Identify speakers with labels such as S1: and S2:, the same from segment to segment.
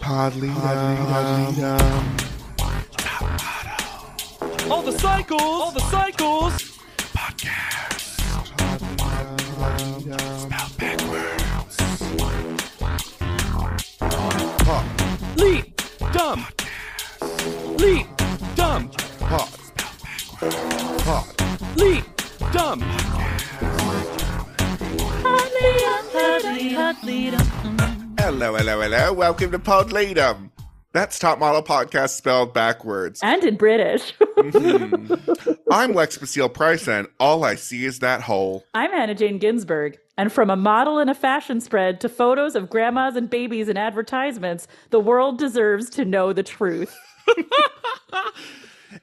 S1: Podly, Podly, um,
S2: All the cycles, all the cycles. Leap, dumb. Leap, dumb.
S1: pod, pod,
S2: Leap, dumb.
S1: Hello, hello, hello. Welcome to Podleadum. That's Top Model Podcast spelled backwards.
S3: And in British.
S1: I'm Lex Basile Price, and all I see is that hole.
S3: I'm Hannah Jane Ginsburg. And from a model in a fashion spread to photos of grandmas and babies in advertisements, the world deserves to know the truth.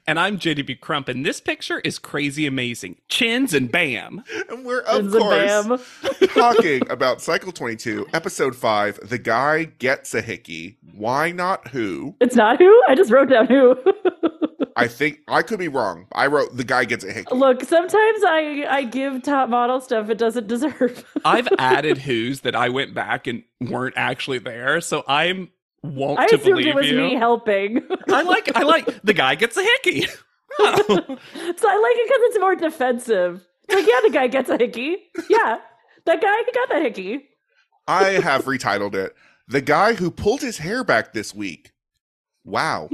S2: And I'm JDB Crump, and this picture is crazy amazing. Chins and bam.
S1: And we're, of course,
S3: Zibam.
S1: talking about Cycle 22, Episode 5 The Guy Gets a Hickey. Why Not Who?
S3: It's not who? I just wrote down who.
S1: I think I could be wrong. I wrote The Guy Gets a Hickey.
S3: Look, sometimes I, I give top model stuff it doesn't deserve.
S2: I've added who's that I went back and weren't actually there, so I'm won't
S3: I
S2: to
S3: assumed
S2: believe
S3: it was
S2: you.
S3: me helping.
S2: I like I like the guy gets a hickey.
S3: So I like it because it's more defensive. It's like, yeah, the guy gets a hickey. Yeah, that guy he got that hickey.
S1: I have retitled it The Guy Who Pulled His Hair Back This Week. Wow.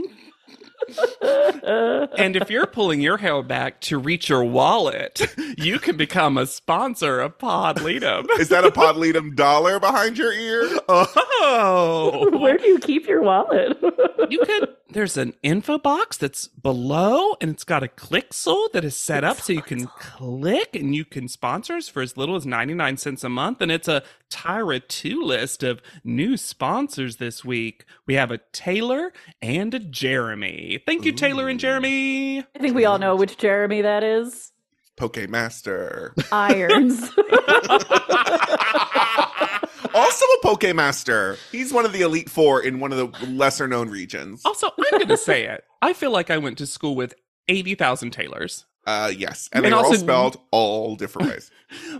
S3: Uh,
S2: and if you're pulling your hair back to reach your wallet, you can become a sponsor of Podleadum.
S1: Is that a Podleadum dollar behind your ear?
S2: Oh,
S3: where do you keep your wallet?
S2: you could. There's an info box that's below, and it's got a click soul that is set up so you can click and you can sponsor us for as little as 99 cents a month. And it's a Tyra 2 list of new sponsors this week. We have a Taylor and a Jeremy. Thank you, Taylor and Jeremy.
S3: I think we all know which Jeremy that is.
S1: Poke Master.
S3: Irons.
S1: also a Poke Master. He's one of the Elite Four in one of the lesser known regions.
S2: Also, I'm going to say it. I feel like I went to school with 80,000 Taylors.
S1: Uh, yes. And,
S2: And
S1: they're all
S2: also-
S1: spelled all different ways.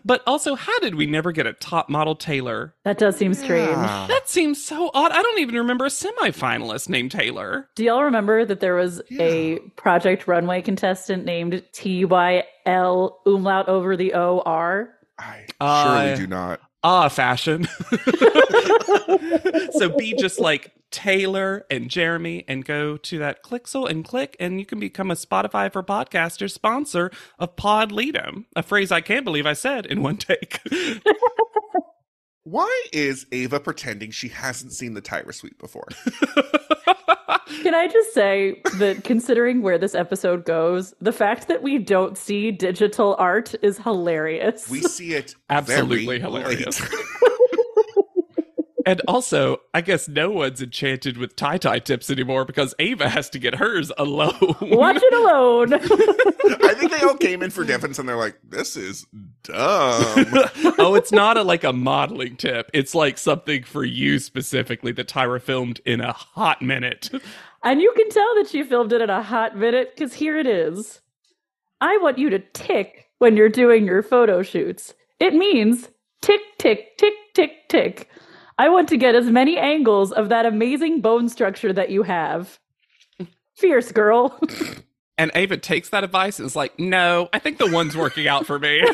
S2: But also, how did we never get a top model Taylor?
S3: that does seem strange.
S1: Yeah.
S2: That seems so odd. I don't even remember a semifinalist named Taylor.
S3: Do y'all remember that there was a Project Runway contestant named T Y L umlaut over the O R?
S1: I
S2: I- Uh,
S1: surely do not.
S2: Ah, fashion. so be just like Taylor and Jeremy and go to that Clixel and click, and you can become a Spotify for podcasters sponsor of Pod Leadem, a phrase I can't believe I said in one take.
S1: Why is Ava pretending she hasn't seen the Tyra Suite before?
S3: Can I just say that considering where this episode goes, the fact that we don't see digital art is hilarious.
S1: We see it
S2: Absolutely
S1: very
S2: hilarious.
S1: late.
S2: And also, I guess no one's enchanted with tie tie tips anymore because Ava has to get hers alone.
S3: Watch it alone.
S1: I think they all came in for Deference and they're like, this is dumb.
S2: oh, it's not a, like a modeling tip. It's like something for you specifically that Tyra filmed in a hot minute.
S3: and you can tell that she filmed it in a hot minute because here it is. I want you to tick when you're doing your photo shoots. It means tick, tick, tick, tick, tick. I want to get as many angles of that amazing bone structure that you have. Fierce girl.
S2: And Ava takes that advice and is like, no, I think the one's working out for me.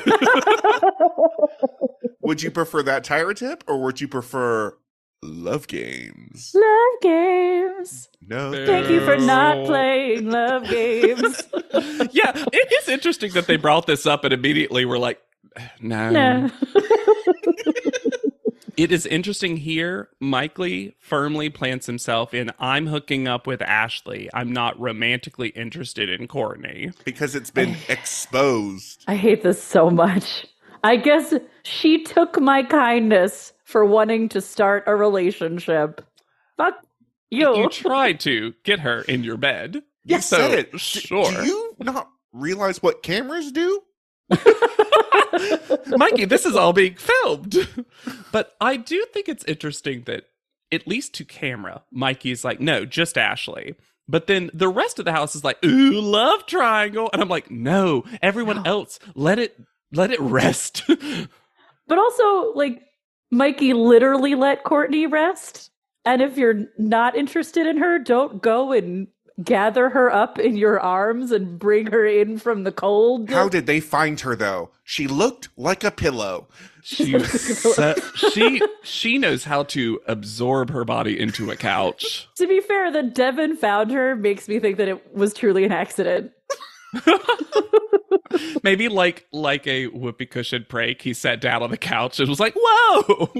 S1: would you prefer that Tyra tip or would you prefer love games?
S3: Love games.
S1: No.
S3: Thank you for
S1: thanks.
S3: not playing love games.
S2: yeah, it is interesting that they brought this up and immediately were like, no.
S3: no.
S2: It is interesting here. Mike Lee firmly plants himself in I'm hooking up with Ashley. I'm not romantically interested in Courtney.
S1: Because it's been exposed.
S3: I hate this so much. I guess she took my kindness for wanting to start a relationship. Fuck you.
S2: You tried to get her in your bed.
S1: You
S2: Oh. So,
S1: said it. D-
S2: Sure.
S1: Do you not realize what cameras do?
S2: Mikey, this is all being filmed. But I do think it's interesting that, at least to camera, Mikey's like, no, just Ashley. But then the rest of the house is like, ooh, love triangle. And I'm like, no, everyone else, let it let it rest.
S3: but also, like, Mikey literally let Courtney rest. And if you're not interested in her, don't go and gather her up in your arms and bring her in from the cold.
S1: How did they find her though? She looked like a pillow.
S2: She so, she she knows how to absorb her body into a couch.
S3: to be fair, the Devon found her makes me think that it was truly an accident.
S2: Maybe like like a whoopee cushion prank, he sat down on the couch and was like, "Whoa!"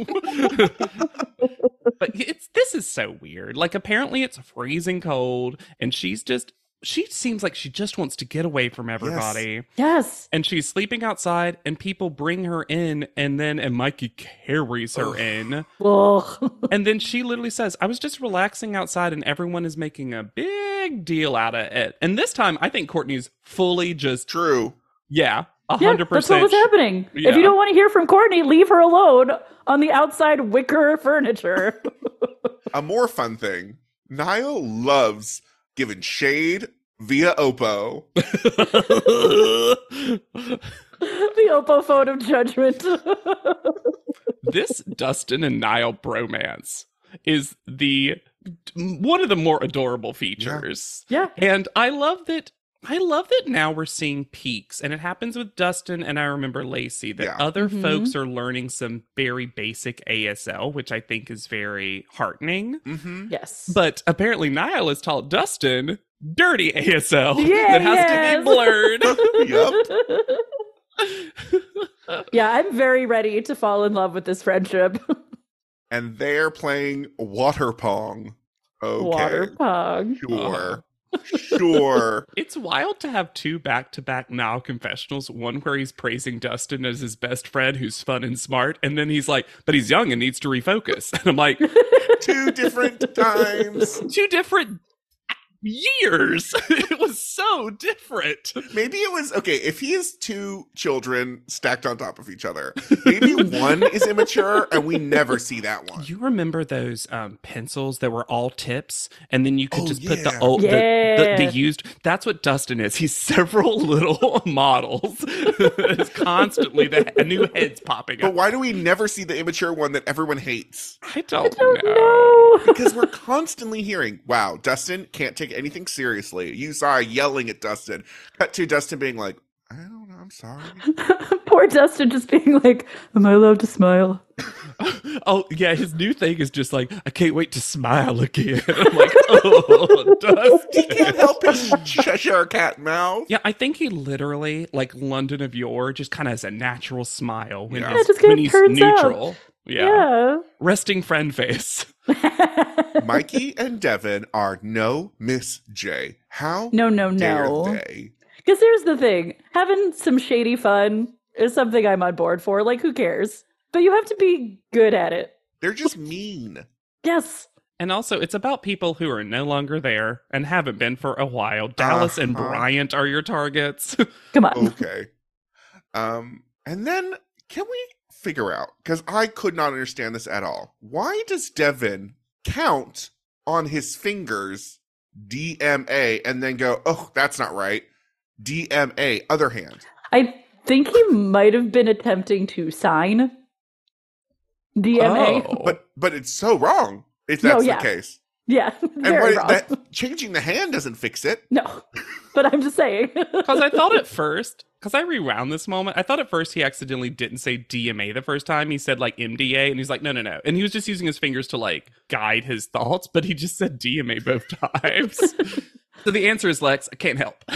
S2: but it's this is so weird. Like apparently it's freezing cold, and she's just she seems like she just wants to get away from everybody,
S3: Yes.
S2: and she's sleeping outside, and people bring her in, and then and Mikey carries her
S1: Ugh.
S2: in,
S3: Well,
S2: and then she literally says, "I was just relaxing outside, and everyone is making a big deal out of it." And this time, I think Courtney's fully just
S1: True.
S2: yeah, a
S3: yeah,
S2: hundred
S3: that's what
S2: percent.
S3: was happening. If
S2: Yeah.
S3: you don't want to hear from Courtney, leave her alone on the outside wicker furniture.
S1: A more fun thing. Niall loves giving shade via Oppo.
S3: the opophone of judgment.
S2: this Dustin and Niall bromance is the one of the more adorable features.
S3: yeah.
S2: And I love that I love that now we're seeing peaks and it happens with Dustin and I remember Lacey that
S1: Yeah.
S2: other
S3: Mhm.
S2: folks are learning some very basic ASL, which I think is very heartening.
S1: Mm-hmm.
S3: Yes.
S2: But apparently Niall has taught Dustin dirty ASL
S3: Yeah,
S2: that has to
S3: yes.
S2: be blurred.
S3: yeah, I'm very ready to fall in love with this friendship.
S1: And they're playing water pong. Okay.
S3: Water pong.
S1: Sure. Sure.
S2: It's wild to have two back to back now confessionals, one where he's praising Dustin as his best friend who's fun and smart, and then he's like, but he's young and needs to refocus. And I'm like,
S1: Two different times.
S2: two different years. it was so different.
S1: Maybe it was okay if he has two children stacked on top of each other. Maybe one is immature and we never see that one.
S2: You remember those um, pencils that were all tips, and then you could
S1: Oh,
S2: just put
S1: yeah.
S2: the old,
S3: Yeah.
S2: the, the, the used. That's what Dustin is. He's several little models. it's constantly the a new heads popping
S1: But
S2: up.
S1: why do we never see the immature one that everyone hates?
S2: I don't,
S3: Don't
S2: know.
S3: know.
S1: Because we're constantly hearing, wow, Dustin can't take anything seriously. You saw yelling at Dustin. Cut to Dustin being like, I don't know, I'm sorry.
S3: Poor Dustin just being like, Am I allowed to smile?
S2: Oh yeah, his new thing is just like I can't wait to smile again. I'm like, oh,
S1: He
S2: Dustin.
S1: can't help his Cheshire cat mouth.
S2: Yeah, I think he literally, like London of yore, just kind of has a natural smile when
S1: Yeah.
S2: he's,
S3: Yeah, just kinda
S2: when he's
S3: turns up.
S2: neutral. Yeah.
S3: Yeah.
S2: resting friend face.
S1: Mikey and Devin are no Miss J. How
S3: no, no,
S1: dare
S3: no.
S1: they?
S3: Because here's the thing having some shady fun is something I'm on board for. Like, who cares? But you have to be good at it.
S1: They're just mean.
S3: Yes.
S2: And also, it's about people who are no longer there and haven't been for a while. Dallas and
S1: Uh-huh.
S2: Bryant are your targets.
S3: Come on.
S1: okay. Um, and then can we figure out? Because I could not understand this at all. Why does Devin count on his fingers DMA and then go, oh, that's not right? DMA, other hand.
S3: I think he might have been attempting to sign DMA.
S2: Oh.
S1: But but it's so wrong if
S3: No,
S1: that's
S3: yeah.
S1: the case.
S3: Yeah,
S1: And
S3: very wrong.
S1: that, changing the hand doesn't fix it.
S3: No, but I'm just saying.
S2: Because I thought at first, because I rewound this moment, I thought at first he accidentally didn't say DMA the first time. He said like MDA, and he's like, no, no, no. And he was just using his fingers to like guide his thoughts, but he just said DMA both times. so the answer is Lex, I can't help.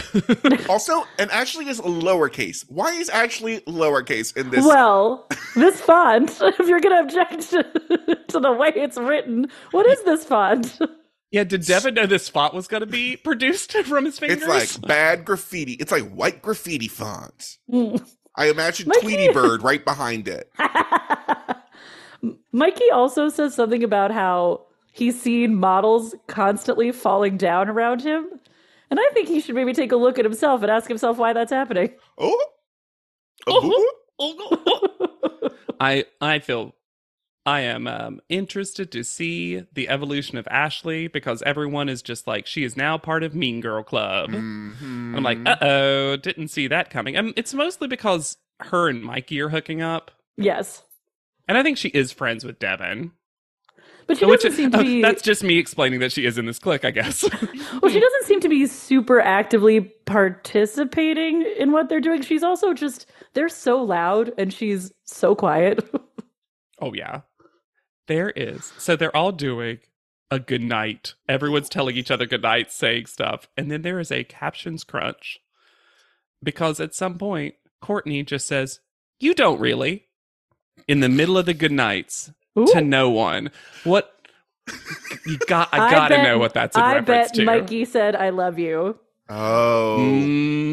S1: Also, and actually is lowercase. Why is actually lowercase in this?
S3: well, this font, if you're going to object to, to the way it's written, what is this font?
S2: yeah, did Devin know this font was going to be produced from his fingers?
S1: it's like bad graffiti. It's like white graffiti font.
S3: Mm.
S1: I imagine
S3: Mikey.
S1: Tweety Bird right behind it.
S3: Mikey also says something about how he's seen models constantly falling down around him. And I think he should maybe take a look at himself and ask himself why that's happening.
S1: Oh,
S2: Oh. I I feel I am um, interested to see the evolution of Ashley because everyone is just like she is now part of Mean Girl Club.
S1: Mhm.
S2: I'm like, uh
S3: Mm-hmm.
S2: oh, didn't see that coming. Um, it's mostly because her and Mikey are hooking up,
S3: yes.
S2: and I think she is friends with Devin.
S3: But she
S2: Which-
S3: doesn't seem to
S2: oh,
S3: be.
S2: That's hmm. just me explaining that she is in this clique, I guess.
S3: Well, she doesn't seem to be super actively participating in what they're doing. She's also just they're so loud and she's so quiet.
S2: oh yeah, there is. So they're all doing a good night. Everyone's telling each other good night, saying stuff, and then there is a captions crunch because at some point Courtney just says, "You don't really," in the middle of the good nights
S3: Ooh,
S2: to no one. What? You got. I
S3: I
S2: gotta
S3: bet-
S2: know what that's in
S3: I
S2: reference
S3: bet
S2: to.
S3: Mikey said I love you.
S1: Oh.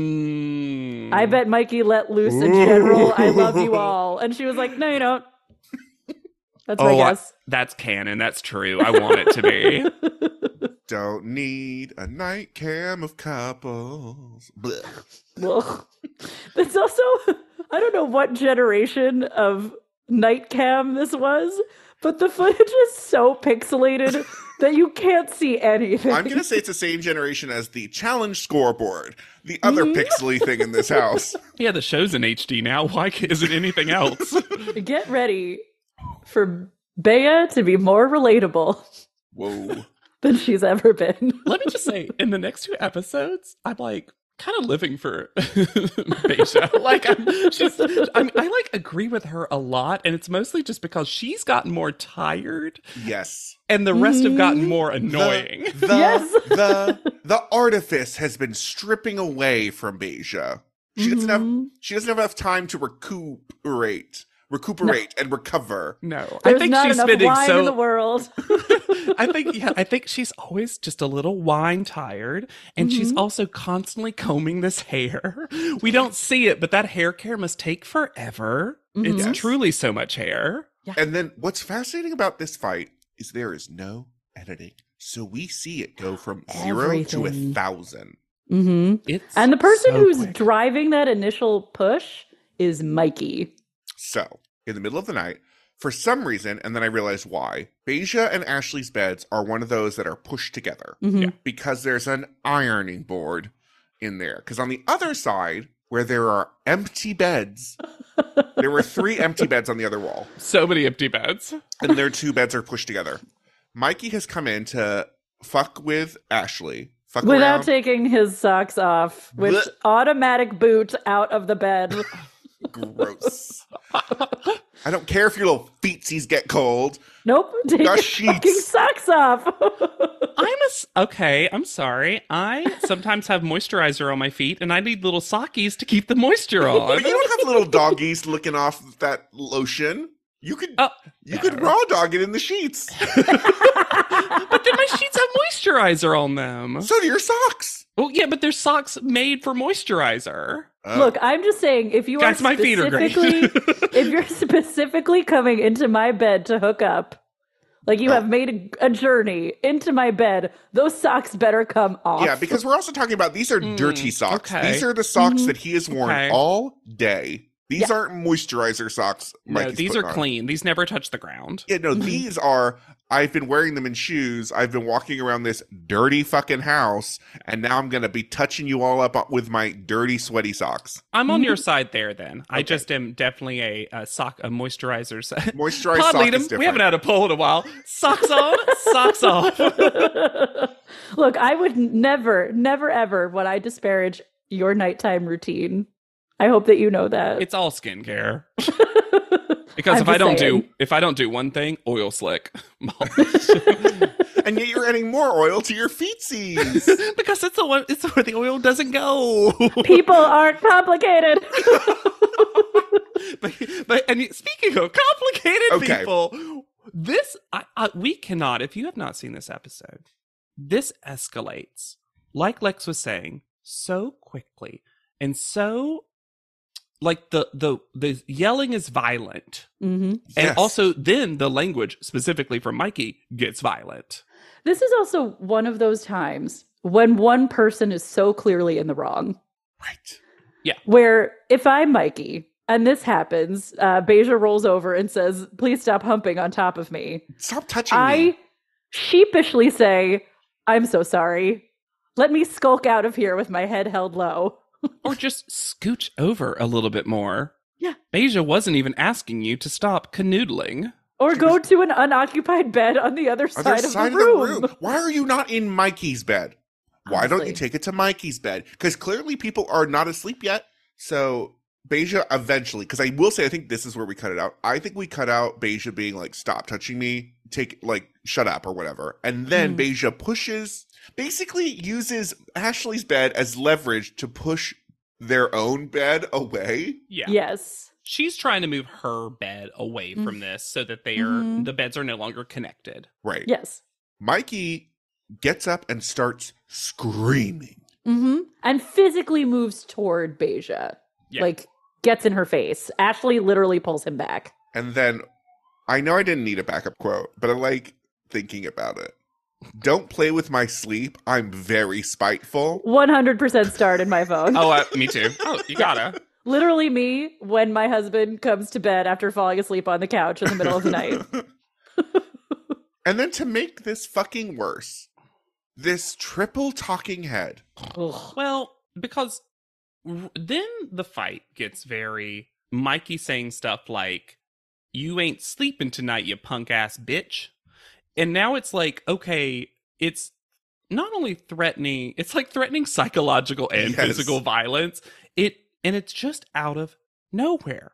S2: Mm.
S3: I bet Mikey let loose in general I love you
S1: Ooh.
S3: all. And she was like, No, you don't. That's
S2: Oh,
S3: my
S2: I-
S3: guess.
S2: That's canon. That's true. I want it to be.
S1: Don't need a night cam of couples. Blech.
S3: Well, that's also I don't know what generation of night cam this was, but the footage is so pixelated that you can't see anything.
S1: I'm gonna say it's the same generation as the challenge scoreboard, the other pixely thing in this house.
S2: yeah, the show's in HD now. Why isn't anything else?
S3: Get ready for Bea to be more relatable
S1: Whoa.
S3: than she's ever been.
S2: Let me just say, in the next two episodes, I'm like kind of living for Beja. Like I'm, she's, I'm, I like agree with her a lot, and it's mostly just because she's gotten more tired,
S1: Yes.
S2: and the rest have gotten
S3: Mhm.
S2: more
S1: The-
S2: annoying.
S1: The,
S3: Yes.
S1: the the artifice has been stripping away from Beja. She doesn't have
S3: Mhm.
S1: she doesn't have enough time to recuperate, recuperate and recover.
S2: no, I
S3: There's
S2: think
S3: not
S2: she's
S3: enough
S2: spending
S3: wine
S2: so
S3: in the world.
S2: I think yeah, I think she's always just a little wine tired, and she's
S3: Mhm.
S2: also constantly combing this hair. We don't see it, but that hair care must take forever. It's
S3: Mm-hmm.
S1: Mhm. Yes.
S2: truly so much hair.
S1: And then what's fascinating about this fight is there is no editing. So we see it go from zero to a
S3: Everything.
S1: thousand.
S3: hmm
S2: It's
S3: And the person
S2: so
S3: who's
S2: quick.
S3: driving that initial push is Mikey.
S1: So, in the middle of the night, for some reason, and then I realized why, Beja and Ashley's beds are one of those that are pushed together
S3: Mhm.
S2: Yeah.
S1: because there's an ironing board in there. Because on the other side, where there are empty beds, there were three empty beds on the other wall,
S2: so many empty beds.
S1: and their two beds are pushed together. Mikey has come in to fuck with Ashley, fuck
S3: Without
S1: around.
S3: taking his socks off, which
S1: Blech.
S3: automatic boot out of the bed.
S1: Gross. I don't care if your little feetsies get cold.
S3: Nope, take
S1: The
S3: his fucking
S1: sheets.
S3: socks off.
S2: Uh. I'm a s- okay. I'm sorry. I sometimes have moisturizer on my feet, and I need little sockies to keep the moisture on.
S1: But you don't have little doggies licking off that lotion. You could
S2: Oh,
S1: you could
S2: no.
S1: raw dog it in the sheets.
S2: but then my sheets have moisturizer on them.
S1: so do your socks.
S2: Oh yeah, but there's socks made for moisturizer.
S1: Uh,
S3: Look, I'm just saying if you
S2: Guys,
S3: are
S2: my feet are great.
S3: specifically if you're specifically coming into my bed to hook up, like
S2: Uh.
S3: you have made a, a journey into my bed, those socks better come off.
S1: yeah, because we're also talking about these are dirty socks.
S2: Mm, okay.
S1: These are the socks
S3: Mhm.
S1: that he has worn
S2: Okay.
S1: all day. These aren't moisturizer socks.
S2: No,
S1: Mikey's
S2: these are
S1: putting on.
S2: clean. These never touch the ground.
S1: Yeah, no, these are. I've been wearing them in shoes. I've been walking around this dirty fucking house, and now I'm gonna be touching you all up with my dirty, sweaty socks.
S2: I'm on your
S3: Mhm.
S2: side there. Then I
S1: Mm-hmm. Okay.
S2: just am definitely a, a sock, a moisturizer. s-
S1: Moisturize
S2: Pod
S1: sock
S2: lead 'em.
S1: is different.
S2: We haven't had a poll in a while. Socks on, socks off.
S3: Look, I would never, never, ever would I disparage your nighttime routine. I hope that you know that.
S2: It's all skincare. Because
S3: I'm
S2: if I
S3: just
S2: don't do
S3: saying.
S2: if I don't do one thing, oil slick.
S1: and yet you're adding more oil to your feetsies.
S2: because it's the one it's where the oil doesn't go.
S3: People aren't complicated.
S2: but, but and you- speaking of complicated
S1: Okay.
S2: people, this I, I, we cannot. If you have not seen this episode, this escalates like Lex was saying so quickly and so like the the the yelling is violent
S3: hmm
S2: and also then the language specifically from Mikey gets violent.
S3: This is also one of those times when one person is so clearly in the wrong.
S1: right.
S3: Where if I'm Mikey and this happens, uh, Beja rolls over and says, Please stop humping on top of me.
S1: Stop touching me.
S3: I sheepishly say, I'm so sorry. Let me skulk out of here with my head held low.
S2: Or just scooch over a little bit more.
S3: Yeah.
S2: Beja wasn't even asking you to stop canoodling.
S3: Or
S1: She
S3: go
S1: was-
S3: to an unoccupied bed on the other side,
S1: other
S3: of,
S1: side,
S3: the room.
S1: Why are you not in Mikey's bed? Why don't you
S3: Honestly.
S1: take it to Mikey's bed? Because clearly people are not asleep yet. So Beja eventually, because I will say, I think this is where we cut it out. I think we cut out Beja being like, "Stop touching me," take like, "Shut up" or whatever, and then
S2: Mhm.
S1: Beja pushes, basically uses Ashley's bed as leverage to push their own bed away.
S2: Yeah.
S3: Yes.
S2: She's trying to move her bed away
S3: Mm.
S2: from this so that they are
S3: Mhm.
S2: the beds are no longer connected.
S1: Right.
S3: Yes.
S1: Mikey gets up and starts screaming.
S3: Mm-hmm. And physically moves toward Beja.
S2: Yeah.
S3: Like gets in her face. Ashley literally pulls him back.
S1: And then I know I didn't need a backup quote, but I like thinking about it. Don't play with my sleep. I'm very spiteful.
S3: 100% starred in my phone.
S2: Oh, uh, me too. Oh, you gotta.
S3: Literally me when my husband comes to bed after falling asleep on the couch in the middle of the night.
S1: and then to make this fucking worse, this triple talking head.
S3: Ugh.
S2: Well, because r- then the fight gets very Mikey saying stuff like, You ain't sleeping tonight, you punk ass bitch. And now it's like, okay, it's not only threatening, it's like threatening psychological and
S1: Yes.
S2: physical violence. It and it's just out of nowhere.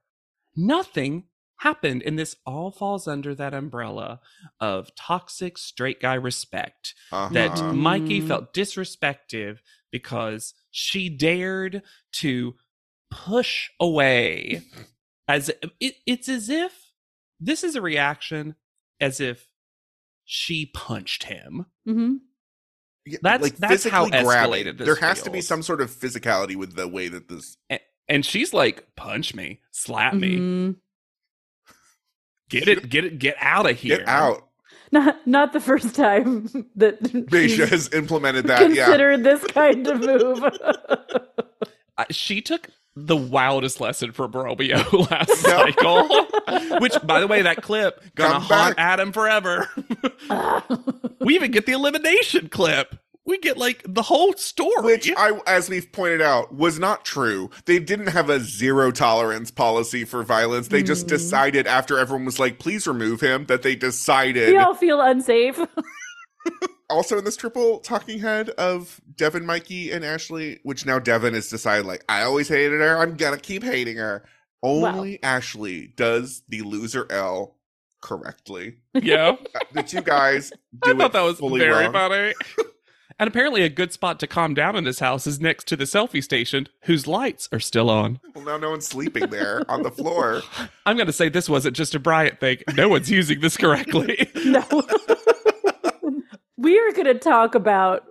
S2: Nothing happened and this all falls under that umbrella of toxic straight guy respect
S1: Uh-huh.
S2: that
S3: Mhm.
S2: Mikey felt disrespected because she dared to push away as it, it's as if this is a reaction as if she punched him.
S3: Mhm.
S1: Yeah,
S2: that's- that's how
S1: physically grabbing.
S2: escalated this
S1: There has to be
S2: feels.
S1: some sort of physicality with the way that this.
S2: And she's like, punch me, slap
S1: Mm-hmm.
S2: me,
S3: Mhm.
S2: get it, get it, get out of here.
S1: Get out.
S3: Not not the first time that
S1: Beja
S3: she's
S1: has implemented that. Yeah.
S3: considered this kind of move.
S2: Uh, she took the wildest lesson from Romeo last
S1: No.
S2: cycle, which, by the way, that clip gonna
S1: Come
S2: haunt
S1: back.
S2: Adam forever.
S3: Ah.
S2: we even get the elimination clip. We get like the whole story.
S1: Which I, as we've pointed out, was not true. They didn't have a zero tolerance policy for violence. They just
S3: Mm.
S2: Mm-hmm.
S1: decided after everyone was like, "Please remove him," that they decided.
S3: we all feel unsafe.
S1: Also, in this triple talking head of Devin, Mikey, and Ashley, which now Devin has decided, like, I always hated her. I'm gonna keep hating her. Only Ashley does the loser L correctly.
S2: yeah,
S1: Uh, the two guys do
S2: I thought
S1: it
S2: that was
S1: fully
S2: very
S1: wrong.
S2: funny. and apparently, a good spot to calm down in this house is next to the selfie station, whose lights are still on.
S1: Well, now no one's sleeping there on the floor.
S2: I'm going to say this wasn't just a Bryant thing. No one's using this correctly.
S3: No. we are going to talk about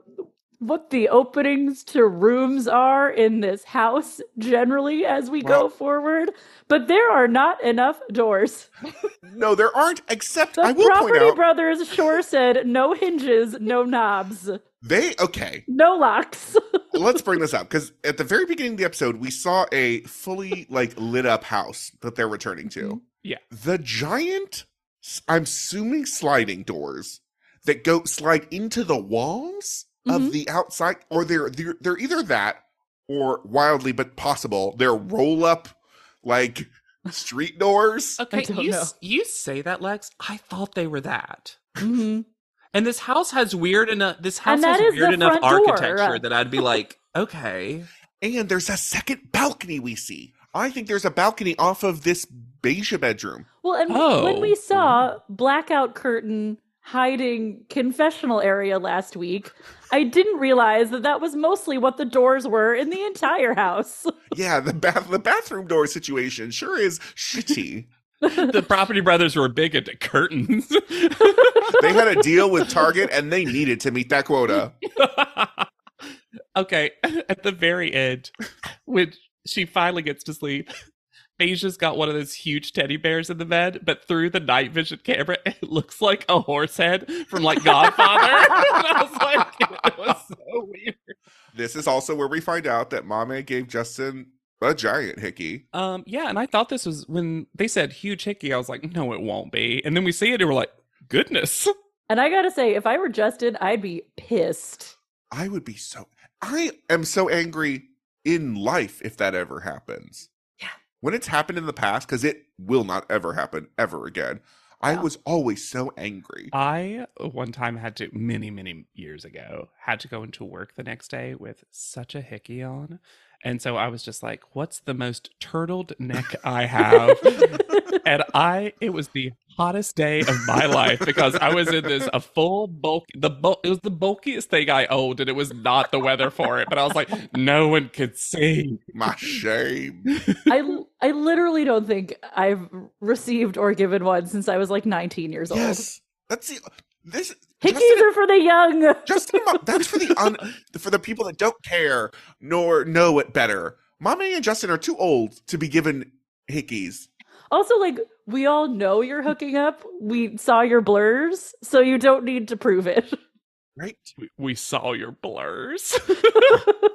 S3: what the openings to rooms are in this house generally as we
S1: Well-
S3: go forward, but there are not enough doors.
S1: No, there aren't. Except I
S3: The
S1: will point
S3: Property
S1: out
S3: Brothers sure said no hinges, no knobs,
S1: they okay.
S3: no locks.
S1: let's bring this up because at the very beginning of the episode, we saw a fully like lit up house that they're returning to.
S3: Mhm.
S2: Mm-hmm. Yeah.
S1: The giant, s- I'm assuming sliding doors that go slide into the walls of
S2: Mm-hmm.
S3: Mhm.
S1: the outside, or they're, they're they're either that or wildly but possible they're roll up like street doors.
S2: Okay,
S3: don't
S2: you,
S3: know.
S2: s- you say that, Lex. I thought they were that.
S1: Mm-hmm.
S3: Mhm.
S2: And this house has weird enough. This house
S3: And that
S2: has
S3: is
S2: weird
S3: the
S2: enough
S3: front door. uh.
S2: architecture that I'd be like, okay,
S1: And there's a second balcony we see. I think there's a balcony off of this beige bedroom.
S3: Well, and
S2: Oh.
S3: when we saw Blackout Curtain hiding confessional area last week, I didn't realize that that was mostly what the doors were in the entire house.
S1: Yeah, the bath the bathroom door situation sure is shitty.
S2: the Property Brothers were big into curtains.
S1: they had a deal with Target and they needed to meet that quota.
S2: okay, at the very end, when she finally gets to sleep, Beja's got one of those huge teddy bears in the bed, but through the night vision camera, it looks like a horse head from like Godfather. and I was like, it was so weird.
S1: This is also where we find out that Mame gave Justin a giant hickey.
S2: Um, yeah, and I thought this was when they said huge hickey. I was like, no, it won't be. And then we see it, and we're like, goodness.
S3: And I gotta say, if I were Justin, I'd be pissed.
S1: I would be so I am so angry in life if that ever happens.
S3: Yeah.
S1: When it's happened in the past, because it will not ever happen ever again. I
S3: Yeah.
S1: was always so angry.
S2: I one time had to many many years ago had to go into work the next day with such a hickey on, and so I was just like, "What's the most turtled neck I have?" and I it was the hottest day of my life because I was in this a full bulk the bulk it was the bulkiest thing I owned, and it was not the weather for it. But I was like, "No one could see."
S1: My shame.
S3: I, l- I literally don't think I've received or given one since I was like 19 years old.
S1: Yes, that's the this.
S3: Hickeys
S1: Justin,
S3: are for the young.
S1: Justin, Mo- that's for the un, for the people that don't care nor know it better. Mommy and Justin are too old to be given hickeys.
S3: Also, like, we all know you're hooking up. We saw your blurs, so you don't need to prove it.
S1: Right?
S2: We, we saw your blurs.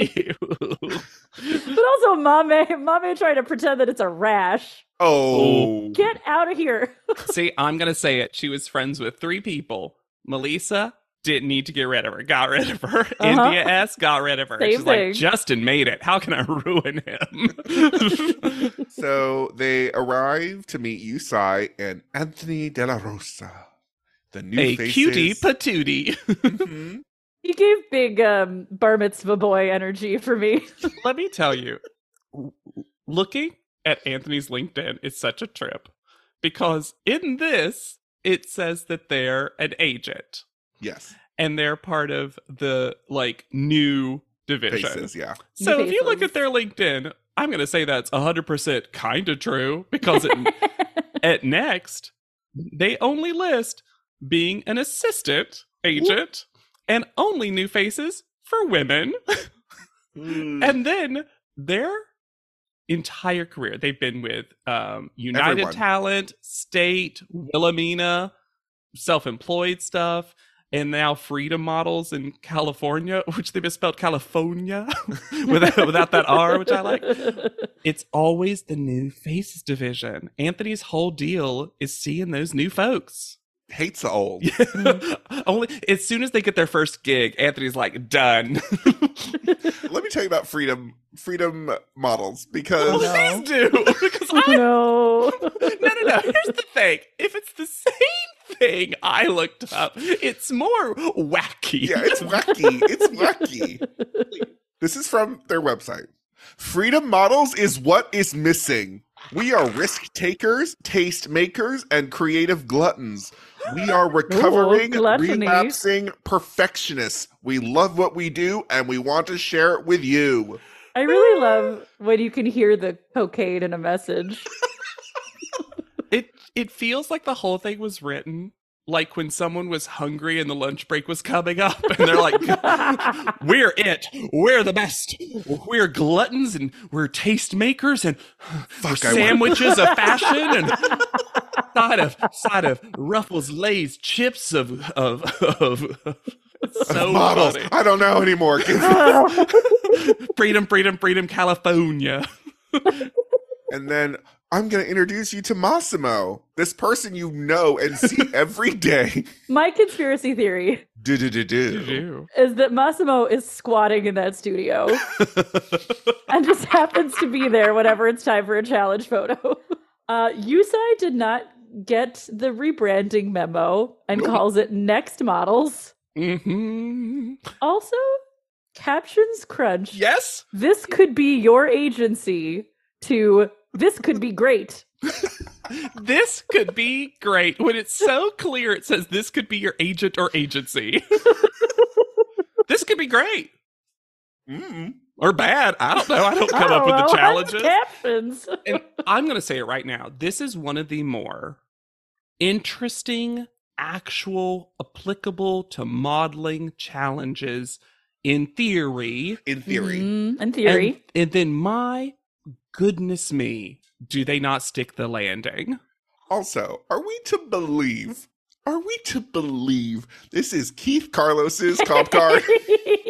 S2: Ew.
S3: But also, Mame, Mame trying to pretend that it's a rash.
S1: Oh,
S3: Get out of here.
S2: See, I'm gonna say it. She was friends with three people. Melissa didn't need to get rid of her. Got rid of her. India S got rid of her.
S3: Uh-huh. Same
S2: She's
S3: thing.
S2: like, Justin made it. How can I ruin him?
S1: so they arrive to meet Usai and Anthony De La Rosa, the new
S2: a
S1: faces.
S2: cutie patootie.
S1: Mhm.
S3: He gave big um, bar mitzvah boy energy for me.
S2: Let me tell you, w- looking at Anthony's LinkedIn is such a trip because in this it says that they're an agent
S1: Yes,
S2: and they're part of the like new division.
S1: faces. Yeah,
S2: So if you look
S3: Faces.
S2: at their LinkedIn, I'm going to say that's 100% kind of true because at, at Next, they only list being an assistant agent and only new faces for women.
S1: Hmm.
S2: And then their entire career, they've been with um, United
S1: Everyone.
S2: Talent, State, Wilhelmina, self employed stuff. And now Freedom Models in California, which they misspelled California without, without that R, which I like. It's always the new faces division. Anthony's whole deal is seeing those new folks.
S1: hates the old.
S2: Only as soon as they get their first gig, Anthony's like, done.
S1: Let me tell you about freedom, freedom models
S2: Well,
S1: because
S2: Please do. Because I
S3: no.
S2: no, no, no. Here's the thing. If it's the same thing I looked up, it's more wacky.
S1: yeah, it's wacky. It's wacky. This is from their website. Freedom models is what is missing. We are risk takers, taste makers, and creative gluttons. We are recovering,
S3: gluttony.
S1: relapsing perfectionists. We love what we do and we want to share it with you.
S3: I really love when you can hear the cocaine in a message.
S2: It it feels like the whole thing was written like when someone was hungry and the lunch break was coming up and they're like we're it we're the best we're gluttons and we're taste makers and we're
S1: I want-
S2: sandwiches of fashion and side of side of ruffles lays chips of of of it's so
S1: models.
S2: funny.
S1: I don't know anymore.
S2: freedom freedom freedom california
S1: and then I'm going to introduce you to Massimo, this person you know and see every day.
S3: My conspiracy theory
S1: Do do do do.
S3: is that Massimo is squatting in that studio and just happens to be there whenever it's time for a challenge photo. Uh, Yusai did not get the rebranding memo and
S1: Nope.
S3: calls it Next Models.
S2: hmm
S3: Also, captions crunch.
S2: yes
S3: This could be your agency to this could be great.
S2: this could be great when it's so clear it says this could be your agent or agency this could be great
S1: Mm-mm.
S2: or bad i don't know i don't come up with
S3: Oh, well,
S2: the
S3: that's
S2: challenges
S3: Captions.
S2: and i'm going to say it right now this is one of the more interesting actual applicable to modeling challenges in theory
S1: In theory.
S3: Mhm, in theory.
S2: And, and then my goodness me, do they not stick the landing?
S1: Also, are we to believe? Are we to believe this is Keith Carlos's comp card?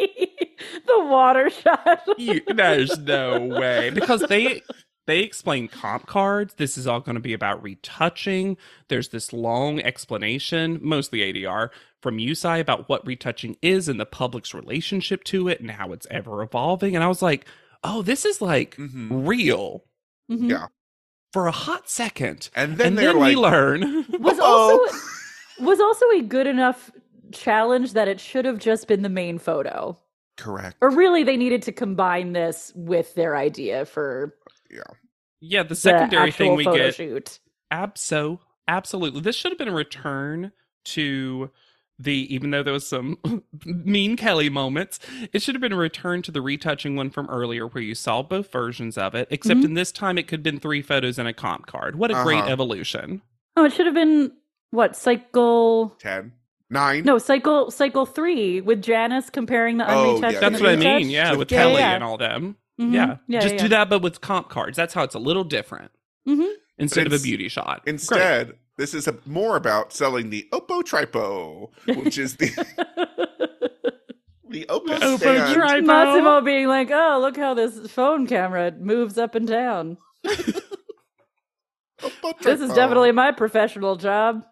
S3: the water shot.
S2: You, there's no way because they they explain comp cards. This is all going to be about retouching. There's this long explanation, mostly ADR, from USI about what retouching is and the public's relationship to it and how it's ever evolving. And I was like, oh, this is like
S1: Mhm.
S2: real.
S3: Mhm.
S1: Yeah.
S2: for a hot second.
S1: And then
S2: And
S1: they're
S2: then we
S1: like,
S2: learn.
S3: Was
S1: "Uh-oh."
S3: also was also a good enough challenge that it should have just been the main photo.
S1: correct.
S3: Or really they needed to combine this with their idea for
S2: yeah, the
S3: the
S2: secondary
S3: actual
S2: thing we
S3: photo
S2: get
S3: shoot.
S2: Abso, absolutely. This should have been a return to the even though there was some mean Kelly moments, it should have been a return to the retouching one from earlier where you saw both versions of it, except
S3: Mhm.
S2: in this time it could have been three photos and a comp card. What a great
S1: Uh-huh.
S2: evolution.
S3: Oh, it should have been what cycle
S1: 10, 9.
S3: no cycle cycle three with Janice comparing the
S1: Oh,
S3: unretouched.
S1: yeah,
S3: and
S2: That's what I
S1: yeah.
S2: mean.
S3: retouched.
S2: Yeah,
S1: With
S2: with
S3: Kelly.
S2: Kelly
S3: Yeah, yeah.
S2: and all them.
S3: Mhm.
S2: Yeah.
S3: yeah,
S2: Just
S3: yeah,
S2: do that, but with comp cards. That's how it's a little different
S3: Mhm.
S2: instead of a
S1: it's-
S2: beauty shot. Great.
S1: Instead, this is a, more about selling the Oppo Tripo, which is the the Oppo,
S3: Oh,
S2: Oppo
S1: stand.
S2: Tri- Tripo.
S3: Massimo being like, "Oh, look how this phone camera moves up and down.
S1: Oppo
S3: This is
S1: Tripo.
S3: definitely my professional job."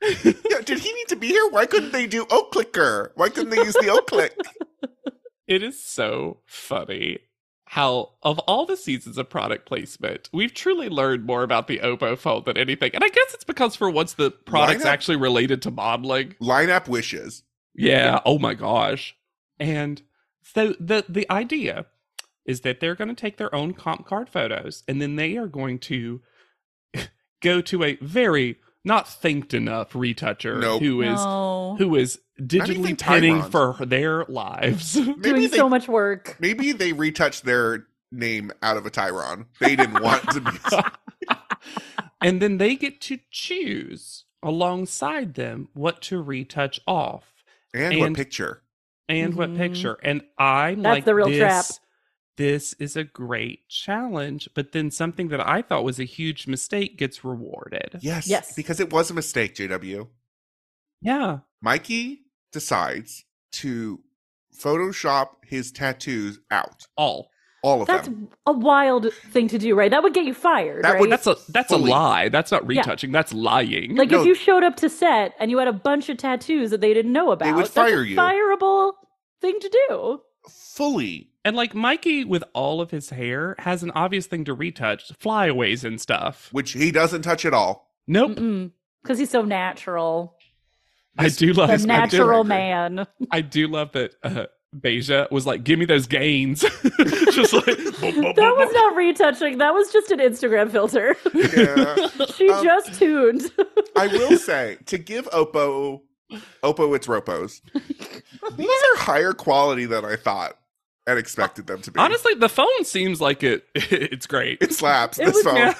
S1: Yeah, did he need to be here? Why couldn't they do O Clicker? Why couldn't they use the O Click?
S2: It is so funny how, of all the seasons of product placement, we've truly learned more about the Oppo phone than anything. And I guess it's because for once the product's
S1: not?
S2: actually related to modeling.
S1: Line up wishes.
S2: Yeah. Oh my gosh. And so the the idea is that they're going to take their own comp card photos, and then they are going to go to a very not thanked enough retoucher
S1: Nope.
S2: who is
S3: no.
S2: who is digitally
S1: think
S2: pinning
S1: Tyron's-
S2: for their lives.
S1: Maybe
S3: doing
S1: they
S3: so much work?
S1: maybe they retouched their name out of a Tyron. They didn't want to be
S2: and then they get to choose alongside them what to retouch off
S1: and,
S2: And-
S1: what picture?
S2: and what
S3: Mhm.
S2: picture. And I'm
S3: That's
S2: like,
S3: the real
S2: this,
S3: trap.
S2: This is a great challenge, but then something that I thought was a huge mistake gets rewarded.
S1: Yes.
S3: Yes.
S1: Because it was a mistake, JW.
S2: Yeah.
S1: Mikey decides to Photoshop his tattoos out.
S2: All
S1: All of
S3: That's
S1: them.
S3: a wild thing to do, right? That would get you fired,
S1: That
S3: right?
S1: would-
S2: that's a that's
S1: Fully.
S2: a lie. That's not
S3: Yeah.
S2: retouching. That's lying.
S3: like
S1: no.
S3: if you showed up to set and you had a bunch of tattoos that they didn't know about.
S1: They would
S3: that's a
S1: fire you.
S3: Fireable thing to do.
S1: Fully.
S2: and like Mikey with all of his hair has an obvious thing to retouch, flyaways and stuff.
S1: Which he doesn't touch at all.
S2: Nope.
S3: Because he's so natural,
S2: I do love
S3: the
S1: That's my favorite.
S3: natural man.
S2: I do love that uh, Beja was like, "Give me those gains," just like boom, boom,
S3: That
S2: boom,
S3: was not retouching. That was just an Instagram filter.
S1: Yeah.
S3: she
S1: Um,
S3: just tuned.
S1: I will say, to give Oppo Oppo its ropos, these are higher quality than I thought and expected them to be.
S2: boom. Honestly, the phone seems like it. It's great.
S1: it slaps
S3: It
S1: this
S3: was-
S1: phone.
S2: yeah.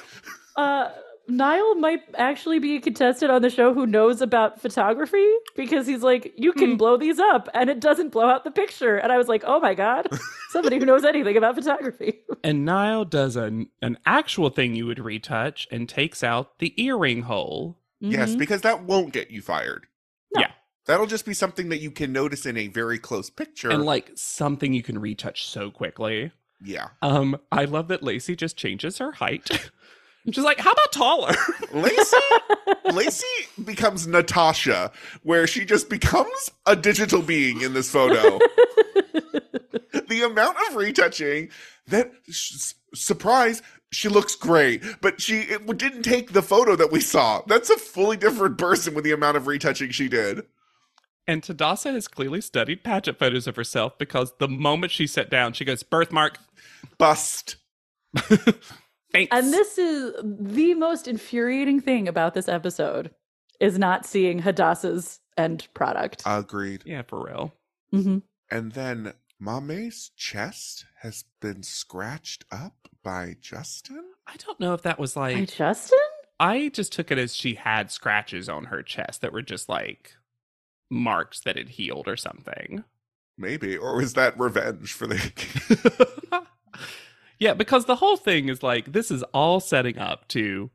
S3: Uh, Niall might actually be a contestant on the show who knows about photography because he's like, you can
S2: Hmm.
S3: blow these up and it doesn't blow out the picture. And I was like, oh my God, somebody who knows anything about photography.
S2: And Niall does an an actual thing you would retouch and takes out the earring hole.
S1: Yes,
S3: Mhm.
S1: because that won't get you fired.
S3: No.
S2: Yeah.
S1: That'll just be something that you can notice in a very close picture.
S2: And like something you can retouch so quickly.
S1: yeah.
S2: Um, I love that Lacey just changes her height. She's like, how about taller?
S1: Lacey Lacey becomes Natasha, where she just becomes a digital being in this photo. the amount of retouching that s- surprise she looks great but she it w- didn't take the photo that we saw that's a fully different person with the amount of retouching she did
S2: and Tadasa has clearly studied pageant photos of herself because the moment she sat down, she goes, birthmark,
S1: bust
S2: thanks.
S3: And this is the most infuriating thing about this episode is not seeing Hadassah's end product.
S1: agreed
S2: Yeah, for real.
S3: Mhm.
S1: and then mame's chest has been scratched up by justin
S2: I don't know if that was
S3: By
S2: like
S3: Justin?
S2: I just took it as she had scratches on her chest that were just like marks that had healed or something.
S1: maybe or was that revenge for the
S2: yeah, because the whole thing is like this is all setting up to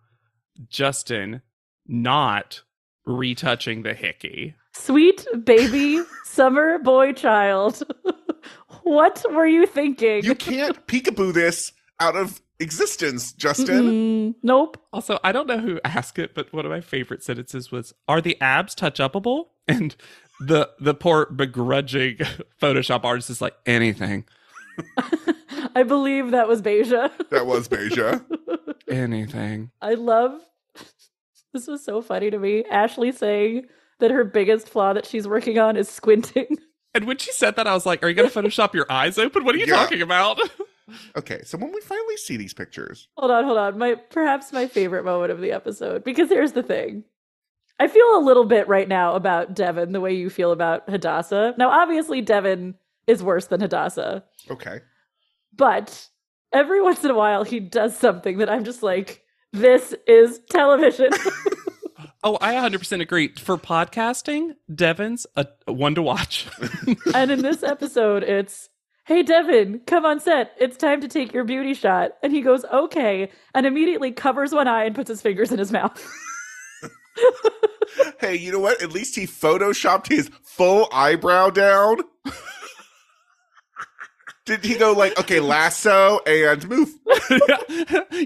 S2: Justin not retouching the hickey.
S3: Sweet baby summer boy child. what were you thinking?
S1: you can't peekaboo this out of existence justin
S3: Mm-mm. Nope.
S2: Also, I don't know who asked it, but one of my favorite sentences was, "Are the abs touch upable?" And the the poor begrudging Photoshop artist is like, "Anything."
S3: I believe that was Beja.
S1: that was beja
S2: anything.
S3: I love this was so funny to me. Ashley saying that her biggest flaw that she's working on is squinting.
S2: And when she said that, I was like, "Are you going to Photoshop your eyes open? What are you
S1: Yeah.
S2: talking about?"
S1: Okay, so when we finally see these pictures,
S3: Hold on, hold on. My perhaps my favorite moment of the episode because here's the thing. I feel a little bit right now about Devin the way you feel about Hadassah. Now obviously Devin is worse than Hadassah,
S1: okay,
S3: but every once in a while he does something that I'm just like this is television.
S2: Oh, I 100% agree. For podcasting, Devin's a a one to watch.
S3: and in this episode, it's, hey, Devin, come on set. It's time to take your beauty shot. And he goes, okay. And immediately covers one eye and puts his fingers in his mouth.
S1: hey, you know what? At least he photoshopped his full eyebrow down. Did he go like, okay, lasso and move?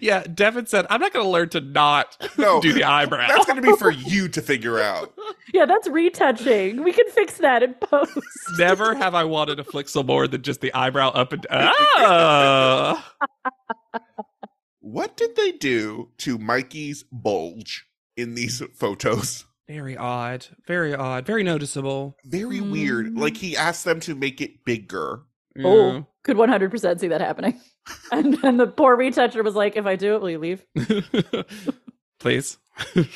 S2: yeah, Devin said, "I'm not going to learn to not
S1: No,
S2: do the eyebrow."
S1: that's going to be for you to figure out.
S3: yeah, that's retouching. We can fix that in post.
S2: Never have I wanted a flixel more than just the eyebrow up and oh.
S1: What did they do to Mikey's bulge in these photos?
S2: Very odd. Very odd. Very noticeable.
S1: Very weird. Like he asked them to make it bigger.
S3: Oh, could 100% see that happening. And then the poor retoucher was like, if I do it, will you leave?
S2: Yeah. Please.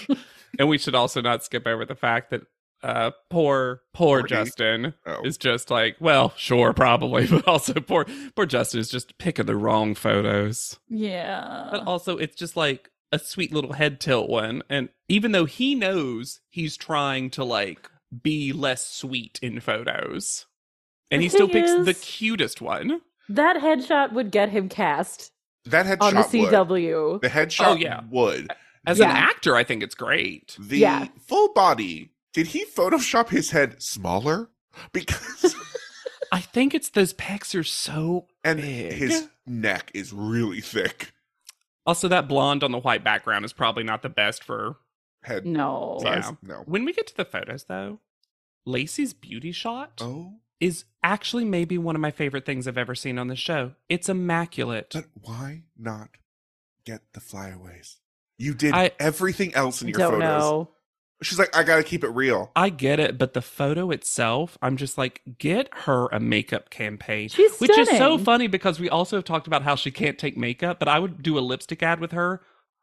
S2: and we should also not skip over the fact that uh poor poor
S1: Courtney.
S2: Justin
S1: Oh,
S2: is just like, well, sure, probably, but also poor poor Justin is just picking the wrong photos. But
S3: Yeah.
S2: also, it's just like a sweet little head tilt one. And even though he knows he's trying to like be less sweet in photos, and he
S3: The
S2: still
S3: thing
S2: picks the
S3: is-
S2: cutest one.
S3: That headshot would get him cast
S1: that headshot
S3: on the
S1: would.
S3: CW.
S1: The headshot
S2: Oh, yeah. Uh,
S1: would.
S2: As an
S3: Yeah.
S2: actor, I think it's great.
S1: The
S3: Yeah.
S1: full body. Did he Photoshop his head smaller? Because
S2: I think it's those pecs are so.
S1: and
S2: Big.
S1: his neck is really thick.
S2: Also, that blonde on the white background is probably not the best for.
S1: Head
S3: No.
S1: size.
S2: Yeah.
S1: No.
S2: When we get to the photos, though, Lacey's beauty shot
S1: Oh,
S2: is actually maybe one of my favorite things I've ever seen on the show. It's immaculate.
S1: but why not get the flyaways? You did
S2: I-
S1: everything else in your
S3: Don't
S1: photos.
S3: know.
S1: She's like, I gotta keep it real.
S2: I get it, but the photo itself, I'm just like, get her a makeup campaign.
S3: She's
S2: Which is so
S3: stunning.
S2: funny because we also have talked about how she can't take makeup, but I would do a lipstick ad with her,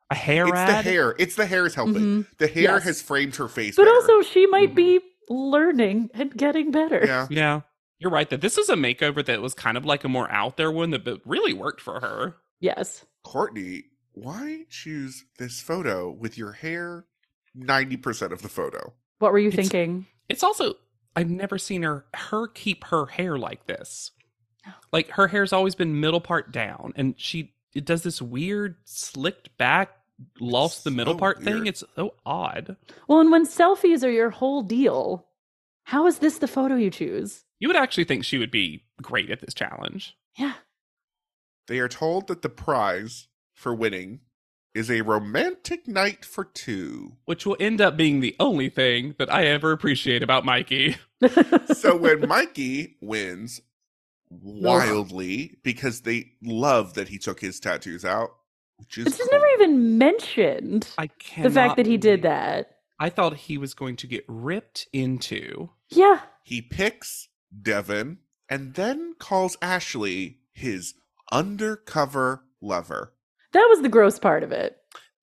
S2: a hair
S1: It's
S2: ad.
S1: the hair. It's the hair is helping.
S3: Mhm.
S1: The hair
S3: Yes.
S1: has framed her face.
S3: But
S1: better. Mm.
S3: also, she might be learning and getting better.
S1: yeah.
S2: Yeah. You're right that this is a makeover that was kind of like a more out there one that but really worked for her.
S3: Yes.
S1: Courtney, why choose this photo with your hair 90% of the photo?
S3: What were you
S2: It's-
S3: thinking?
S2: It's also I've never seen her her keep her hair like this.
S3: Oh.
S2: Like her hair's always been middle part down and she it does this weird slicked back lost the middle
S1: so
S2: part thing.
S1: weird.
S2: It's so odd.
S3: Well, and when selfies are your whole deal, how is this the photo you choose?
S2: You would actually think she would be great at this challenge.
S3: Yeah.
S1: They are told that the prize for winning is a romantic night for two.
S2: Which will end up being the only thing that I ever appreciate about Mikey.
S1: So when Mikey wins wildly because they love that he took his tattoos out, which is
S3: it's just never
S1: cool.
S3: even mentioned
S2: I can't.
S3: the fact that he did that.
S2: I thought he was going to get ripped into.
S3: Yeah.
S1: he picks Devin and then calls Ashley his undercover lover.
S3: That was the gross part of it.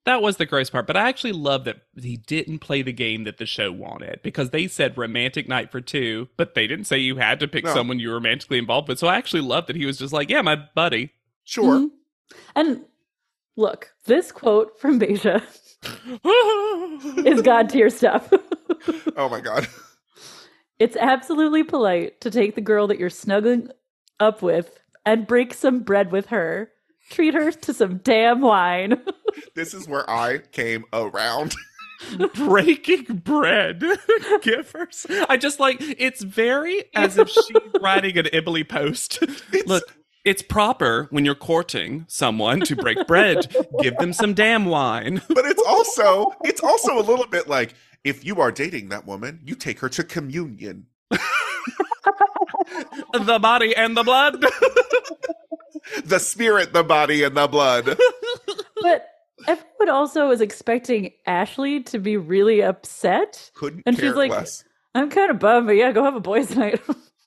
S2: That was the gross part, but I actually love that he didn't play the game that the show wanted because they said romantic night for two, but they didn't say you had to pick
S1: No.
S2: someone you were romantically involved with. So I actually love that he was just like, yeah, my buddy.
S1: Sure.
S3: Mhm. And look, this quote from Beja is God tier stuff. Mm-hmm.
S1: Oh my god.
S3: It's absolutely polite to take the girl that you're snuggling up with and break some bread with her. Treat her to some damn wine.
S1: This is where I came around.
S2: breaking bread givers. I just like it's very as if she's writing an Emily post. Look, it's proper when you're courting someone to break bread, give them some damn wine.
S1: But it's also it's also a little bit like if you are dating that woman, you take her to communion.
S2: The body and the blood.
S1: The spirit, the body, and the blood.
S3: but but also is expecting Ashley to be really upset.
S1: Couldn't
S3: And
S1: care
S3: she's like-
S1: less.
S3: I'm kind of bummed, but yeah, go have a boys' night.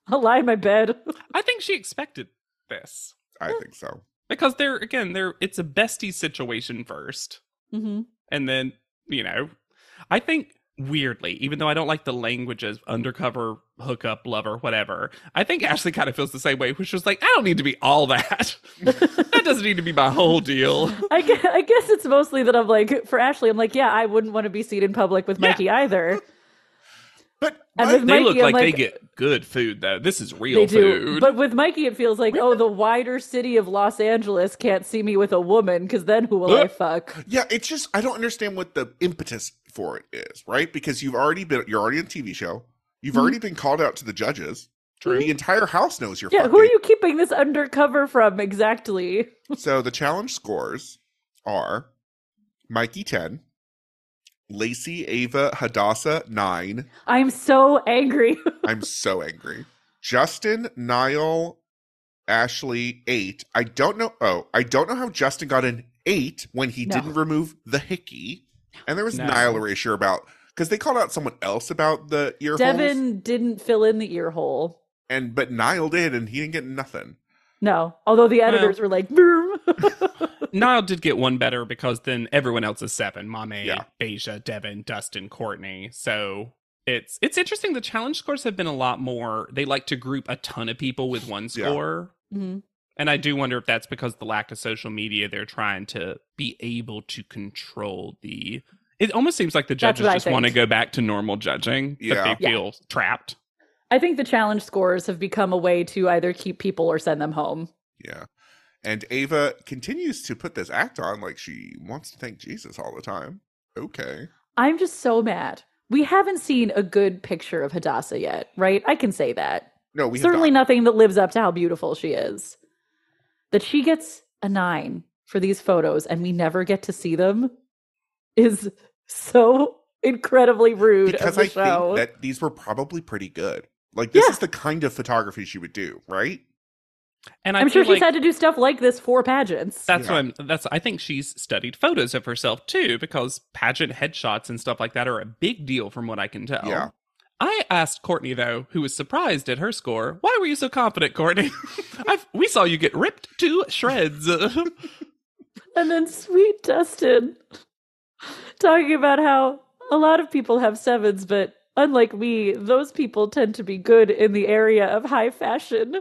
S3: I'll lie in my bed.
S2: I think she expected this
S1: I think so.
S2: because they're again they're it's a bestie situation first, Mm-hmm.
S3: hmm
S2: and then you know, I think weirdly, even though I don't like the languages undercover hookup lover whatever, I think Ashley kind of feels the same way, which was like I don't need to be all that. that doesn't need to be my whole deal.
S3: I, guess, I guess it's mostly that I'm like, for Ashley, I'm like, yeah, I wouldn't want to be seen in public with
S2: Yeah.
S3: Mikey either.
S1: But
S3: And
S1: but
S3: with
S2: They
S3: Mikey,
S2: look
S3: I'm
S2: like, they
S3: like-
S2: get good food though. This is real
S3: They do.
S2: food.
S3: But with Mikey, it feels like,
S1: Really?
S3: oh, the wider city of Los Angeles can't see me with a woman because then who will I
S2: Ugh.
S3: fuck?
S1: yeah, it's just I don't understand what the impetus for it is, right? Because you've already been you're already on a TV show. You've
S3: Mhm.
S1: already been called out to the judges. The entire house knows you're
S3: Yeah,
S1: fucking.
S3: who are you keeping this undercover from exactly?
S1: So the challenge scores are Mikey 10, Lacey, Ava, Hadassah 9.
S3: I'm so angry.
S1: I'm so angry. Justin, Niall, Ashley 8. I don't know. Oh, I don't know how Justin got an 8 when he
S3: No.
S1: didn't remove the hickey. And there was
S2: No.
S1: Niall erasure about because they called out someone else about the ear holes,
S3: Devin didn't fill in the ear hole.
S1: and but Niall did, and he didn't get nothing.
S3: No, although the editors were like, boom.
S2: Niall did get one better because then everyone else is seven. Mame,
S1: Yeah.
S2: Beja, Devin, Dustin, Courtney. So it's it's interesting. The challenge scores have been a lot more. They like to group a ton of people with one
S1: Yeah.
S2: score.
S3: Mhm.
S2: And I do wonder if that's because the lack of social media, they're trying to be able to control the it almost seems like the
S3: That's
S2: judges
S3: what I
S2: just want to
S3: think.
S2: go back to normal judging,
S1: Yeah.
S2: but they
S3: Yeah.
S2: feel trapped.
S3: I think the challenge scores have become a way to either keep people or send them home.
S1: Yeah. And Ava continues to put this act on like she wants to thank Jesus all the time. Okay.
S3: I'm just so mad. We haven't seen a good picture of Hadassah yet, right? I can say that.
S1: No, we have
S3: Certainly
S1: not.
S3: nothing that lives up to how beautiful she is. That she gets a nine for these photos and we never get to see them is so incredibly rude of
S1: because
S3: the
S1: I think
S3: show.
S1: that these were probably pretty good. Like this
S3: Yeah.
S1: is the kind of photography she would do, right?
S2: And I
S3: I'm sure
S2: feel
S3: she's
S2: like
S3: had to do stuff like this for pageants.
S2: That's
S1: Yeah.
S2: what I'm. That's I think she's studied photos of herself too, because pageant headshots and stuff like that are a big deal, from what I can tell.
S1: Yeah.
S2: I asked Courtney though, who was surprised at her score, "Why were you so confident, Courtney? I've, we saw you get ripped to shreds."
S3: And then sweet Dustin talking about how a lot of people have sevens, but unlike me, those people tend to be good in the area of high fashion.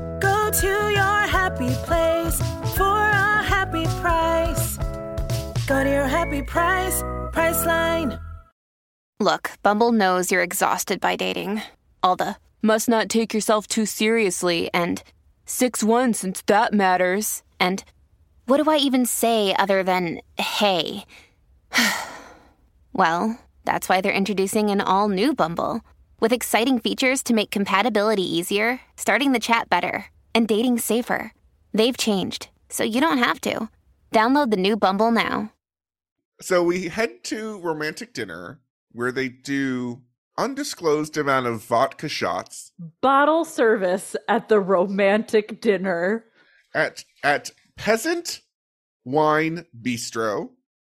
S4: Go to your happy place for a happy price. Go to your happy price, Priceline.
S5: Look, Bumble knows you're exhausted by dating. All the must not take yourself too seriously and 6 1 since that matters. And what do I even say other than hey? well, that's why they're introducing an all new Bumble with exciting features to make compatibility easier, starting the chat better, and dating safer. They've changed, so you don't have to. Download the new Bumble now.
S1: So we head to romantic dinner where they do undisclosed amount of vodka shots
S3: Bottle service at the romantic dinner.
S1: at at Peasant Wine Bistro.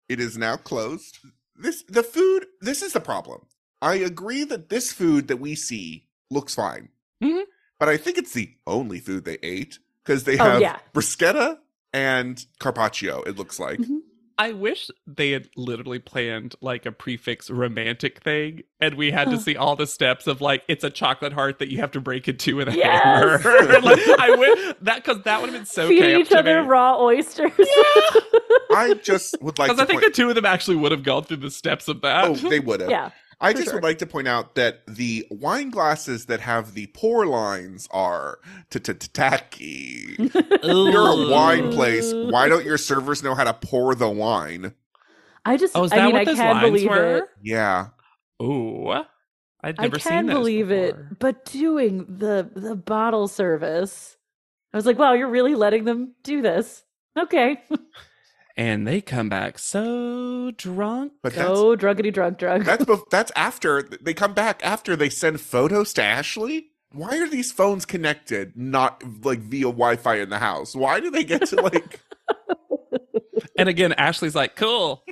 S1: It is now closed. This the food, this is the problem. I agree that this food that we see looks fine.
S2: Mhm.
S1: But I think it's the only food they ate because they
S3: Oh,
S1: have
S3: yeah.
S1: bruschetta and carpaccio, it looks like.
S3: Mhm.
S2: I wish they had literally planned like a prefix romantic thing, and we had to see all the steps of like it's a chocolate heart that you have to break into with a
S3: Yes!
S2: hammer. like, I wish that because that would have been so
S3: Feeding
S2: camp
S3: each
S2: to
S3: other
S2: me.
S3: raw oysters.
S1: I just would like
S2: Because
S1: to
S2: I think
S1: point
S2: the two of them actually would have gone through the steps of that.
S1: Oh, they would have.
S3: yeah.
S1: I
S3: for
S1: just
S3: sure.
S1: would like to point out that the wine glasses that have the pour lines are tacky. You're a wine place. Why don't your servers know how to pour the wine?
S3: I just,
S2: Oh, is
S3: I
S2: that
S3: mean,
S2: what
S3: I
S2: those
S3: can't
S2: lines
S3: believe
S2: were?
S3: it.
S1: Yeah.
S2: Ooh, I'd
S3: I
S2: never seen
S3: can
S2: those
S3: believe
S2: before.
S3: it, but doing the the bottle service, I was like, wow, you're really letting them do this. Okay,
S2: And they come back so drunk.
S1: But that's
S3: go drunkity drunk drunk.
S1: that's bef- that's after they come back after they send photos to Ashley. Why are these phones connected not like via Wi-Fi in the house? Why do they get to like
S2: And again, Ashley's like, cool.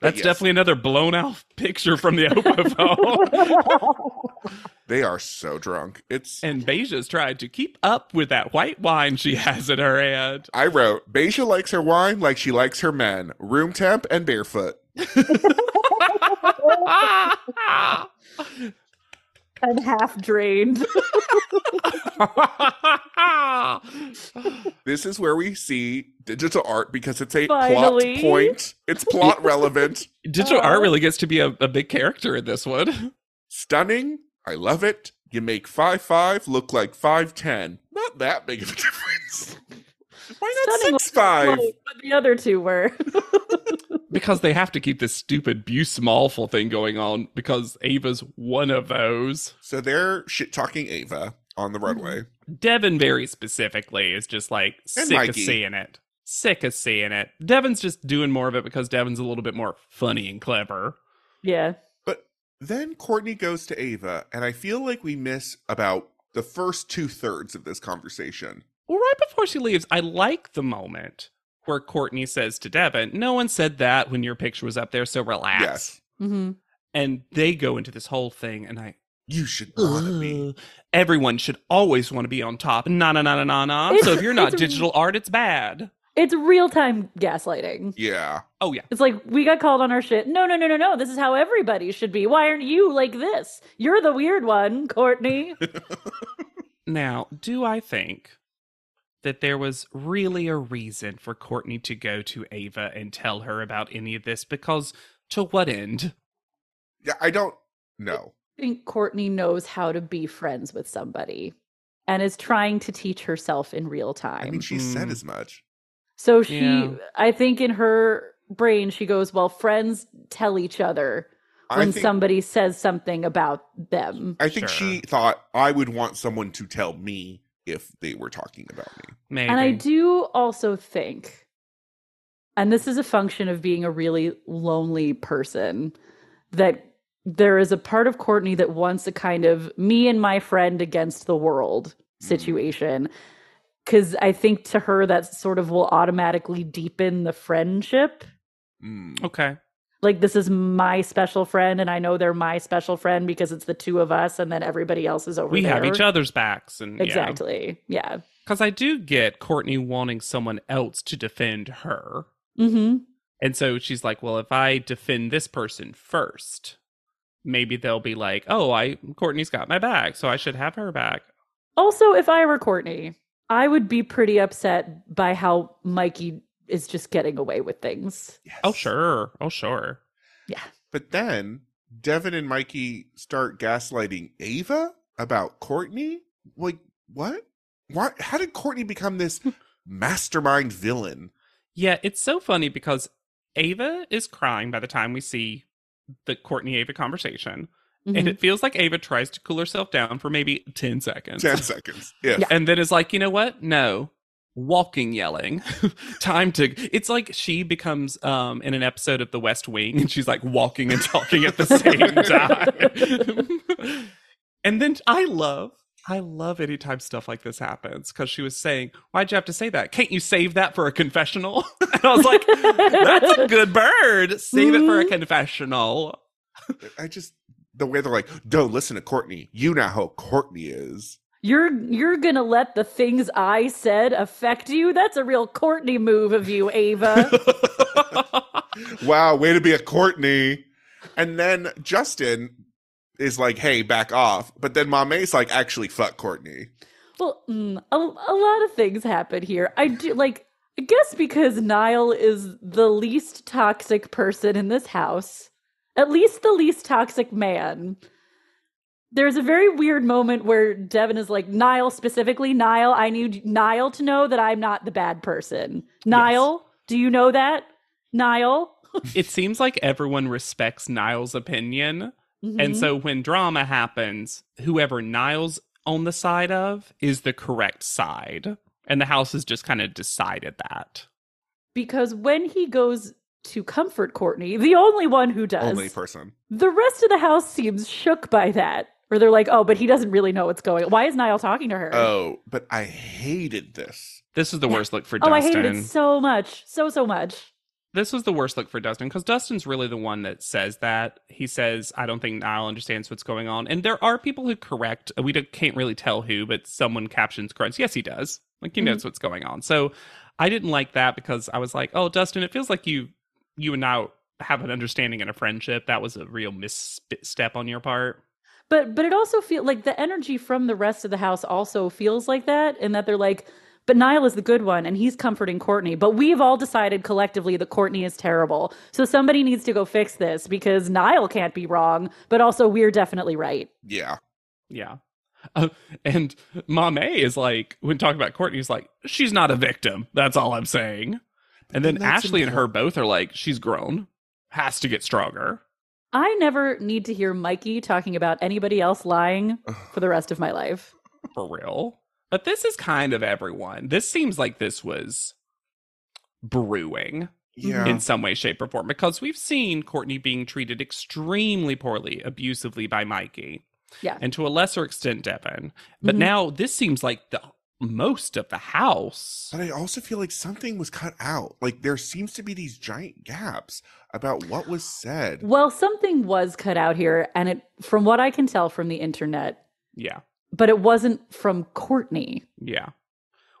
S2: That's
S1: yes.
S2: definitely another blown out picture from the Opa phone.
S1: they are so drunk. It's
S2: and Beja's trying to keep up with that white wine she has in her hand.
S1: I wrote, Beja likes her wine like she likes her men, room temp and barefoot.
S3: I'm half drained.
S1: This is where we see digital art because it's a
S3: Finally.
S1: plot point. It's plot relevant.
S2: Digital
S3: Oh.
S2: art really gets to be a, a big character in this one.
S1: Stunning. I love it. You make five five look like 5'10. Not that big of a difference. Why not
S3: Stunning
S1: six five?
S3: Right, but the other two were.
S2: Because they have to keep this stupid Bu Smallful thing going on because Ava's one of those.
S1: So they're shit talking Ava on the runway.
S3: Mm-hmm.
S2: Devin very specifically is just like
S1: And
S2: sick of
S1: Mikey.
S2: seeing it. Sick of seeing it. Devin's just doing more of it because Devin's a little bit more funny and clever.
S3: yeah,
S1: But then Courtney goes to Ava, and I feel like we miss about the first two thirds of this conversation.
S2: Well, right before she leaves, I like the moment where Courtney says to Devin, No one said that when your picture was up there, so relax.
S1: Yes.
S3: hmm
S2: And they go into this whole thing, and I.
S1: You should honor me.
S2: Ugh. Everyone should always want to be on top. Na na na na na na. So if you're not
S3: It's- it's-
S2: digital art, it's bad.
S3: it's real time gaslighting.
S1: Yeah.
S2: Oh, yeah.
S3: It's like we got called on our shit. No, no, no, no, no. This is how everybody should be. Why aren't you like this? You're the weird one, Courtney.
S2: Now, do I think that there was really a reason for Courtney to go to Ava and tell her about any of this? Because to what end?
S1: Yeah, I don't know.
S3: I think Courtney knows how to be friends with somebody and is trying to teach herself in real
S1: I
S3: time.
S1: mean, she said
S3: Mm-hmm.
S2: Mm.
S1: as much.
S3: so she,
S2: Yeah.
S3: I think in her brain, she goes, Well, friends tell each other when
S1: I think,
S3: somebody says something about them.
S1: I think she
S2: Sure.
S1: thought I would want someone to tell me if they were talking about me.
S2: Maybe.
S3: And I do also think, and this is a function of being a really lonely person, that there is a part of Courtney that wants a kind of me and my friend against the world
S2: Mm-hmm.
S3: situation. Because I think to her, that sort of will automatically deepen the friendship.
S1: Mm.
S2: Okay.
S3: Like, this is my special friend, and I know they're my special friend because it's the two of us, and then everybody else is over
S2: We have
S3: there.
S2: each other's backs. and
S3: Exactly. Yeah.
S2: Because I do get Courtney wanting someone else to defend her.
S3: hmm
S2: And so she's like, well, if I defend this person first, maybe they'll be like, oh, I Courtney's got my back, so I should have her back.
S3: Also, if I were Courtney, I would be pretty upset by how Mikey is just getting away with things.
S1: Yes.
S2: Oh, sure. Oh, sure.
S1: But then Devin and Mikey start gaslighting Ava about Courtney. Like, what? Why? How did Courtney become this
S2: Hmm.
S1: mastermind villain?
S2: Yeah, it's so funny because Ava is crying by the time we see the Courtney Ava conversation. And
S3: Mhm.
S2: it feels like Ava tries to cool herself down for maybe 10 seconds.
S1: 10 seconds. Yes.
S3: Yeah.
S2: And then is like, you know what? No. Walking yelling. Time to it's like she becomes um in an episode of the West Wing and she's like walking and talking at the same time. and then I love I love anytime stuff like this happens because she was saying, Why'd you have to say that? Can't you save that for a confessional? and I was like, That's a good bird. Save it for a confessional.
S1: I just, the way they're like, don't listen to Courtney. You know how Courtney is.
S3: You're you're gonna let the things I said affect you? That's a real Courtney move of you, Ava.
S1: Wow, way to be a Courtney. And then Justin is like, hey, back off. But then Mame's like, actually, fuck Courtney.
S3: well, mm, a, a lot of things happen here. I do like I guess because Niall is the least toxic person in this house, at least the least toxic man. There's a very weird moment where Devin is like, Niall specifically, Niall, I need Niall to know that I'm not the bad person. Niall, do you know that? Niall?
S2: it seems like everyone respects Niall's opinion,
S3: Mm-hmm.
S2: And so when drama happens, whoever Niles on the side of is the correct side. And the house has just kind of decided that.
S3: because when he goes to comfort Courtney, the only one who does,
S1: Only person.
S3: the rest of the house seems shook by that. Or they're like, oh, but he doesn't really know what's going on. Why is Niall talking to her?
S1: Oh, but I hated this.
S2: This is the worst look for
S3: oh, I
S2: Dustin.
S3: hated it so much. So, so much.
S2: this was the worst look for Dustin because Dustin's really the one that says that. He says, I don't think Niall understands what's going on. And there are people who correct. We don't- can't really tell who, but someone captions corrects. Yes, he does. Like, he knows what's going on. So I didn't like that because I was like, oh, Dustin, it feels like you you and I have an understanding and a friendship. That was a real misstep on your part.
S3: But but it also feels like the energy from the rest of the house also feels like that, and that they're like, but Niall is the good one, and he's comforting Courtney. But we've all decided collectively that Courtney is terrible, so somebody needs to go fix this because Niall can't be wrong, but also we're definitely right.
S1: Yeah.
S2: Yeah. Uh, and Mame is like, when talking about Courtney, he's like, she's not a victim. That's all I'm saying. And then
S1: That's
S2: Ashley and her both are like, she's grown, has to get stronger.
S3: I never need to hear Mikey talking about anybody else lying for the rest of my life.
S2: for real. But this is kind of everyone. This seems like this was brewing
S1: Yeah.
S2: in some way, shape, or form because we've seen Courtney being treated extremely poorly, abusively by Mikey.
S3: Yeah.
S2: And to a lesser extent, Devin. But
S1: Mm-hmm.
S3: Mhm.
S2: now this seems like the most of the house.
S1: But I also feel like something was cut out. Like there seems to be these giant gaps about what was said.
S3: Well, something was cut out here, and it from what I can tell from the internet,
S2: Yeah.
S3: but it wasn't from Courtney.
S2: Yeah.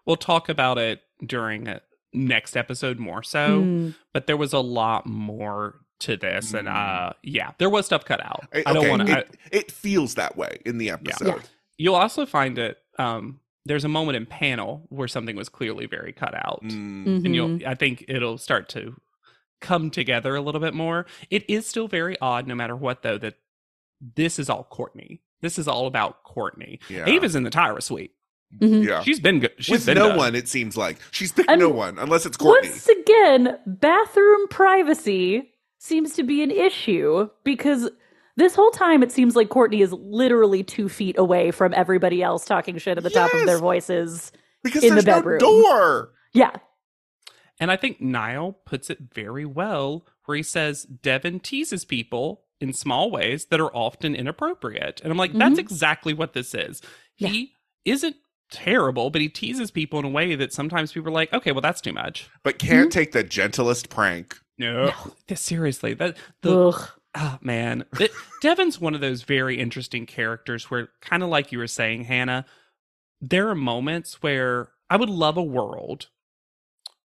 S2: We'll talk about it during uh, next episode more so.
S3: Mm.
S2: But there was a lot more to this. And
S1: Mm.
S2: uh yeah, there was stuff cut out. I, don't
S1: okay,
S2: want to.
S1: It, it feels that way in the episode.
S3: Yeah.
S2: You'll also find it. Um, there's a moment in panel where something was clearly very cut out,
S1: Mm,
S3: Mhm.
S2: and you'll. I think it'll start to come together a little bit more. It is still very odd, no matter what, though, that this is all Courtney. This is all about Courtney.
S1: yeah.
S2: Ava's in the Tyra suite.
S3: Mhm.
S1: yeah.
S2: She's been good. She's
S1: With
S2: been
S1: no
S2: done.
S1: one, it seems like. She's picked
S3: I'm-
S1: no one unless it's Courtney.
S3: mm-hmm. Once again, bathroom privacy seems to be an issue because this whole time it seems like Courtney is literally two feet away from everybody else talking shit at the top of their
S1: Yes.
S3: voices.
S1: because
S3: in the
S1: there's
S3: bedroom.
S1: no door.
S3: Yeah.
S2: And I think Niall puts it very well, where he says Devin teases people in small ways that are often inappropriate. And I'm like, that's
S3: Mhm.
S2: exactly what this is.
S3: Yeah.
S2: He isn't terrible, but he teases people in a way that sometimes people are like, okay, well, that's too much.
S1: But
S2: Mm-hmm.
S1: can't take the gentlest prank.
S2: No, This- seriously, that the
S3: Ugh.
S2: ah man, It- Devin's one of those very interesting characters where, kind of like you were saying, Hannah, there are moments where I would love a world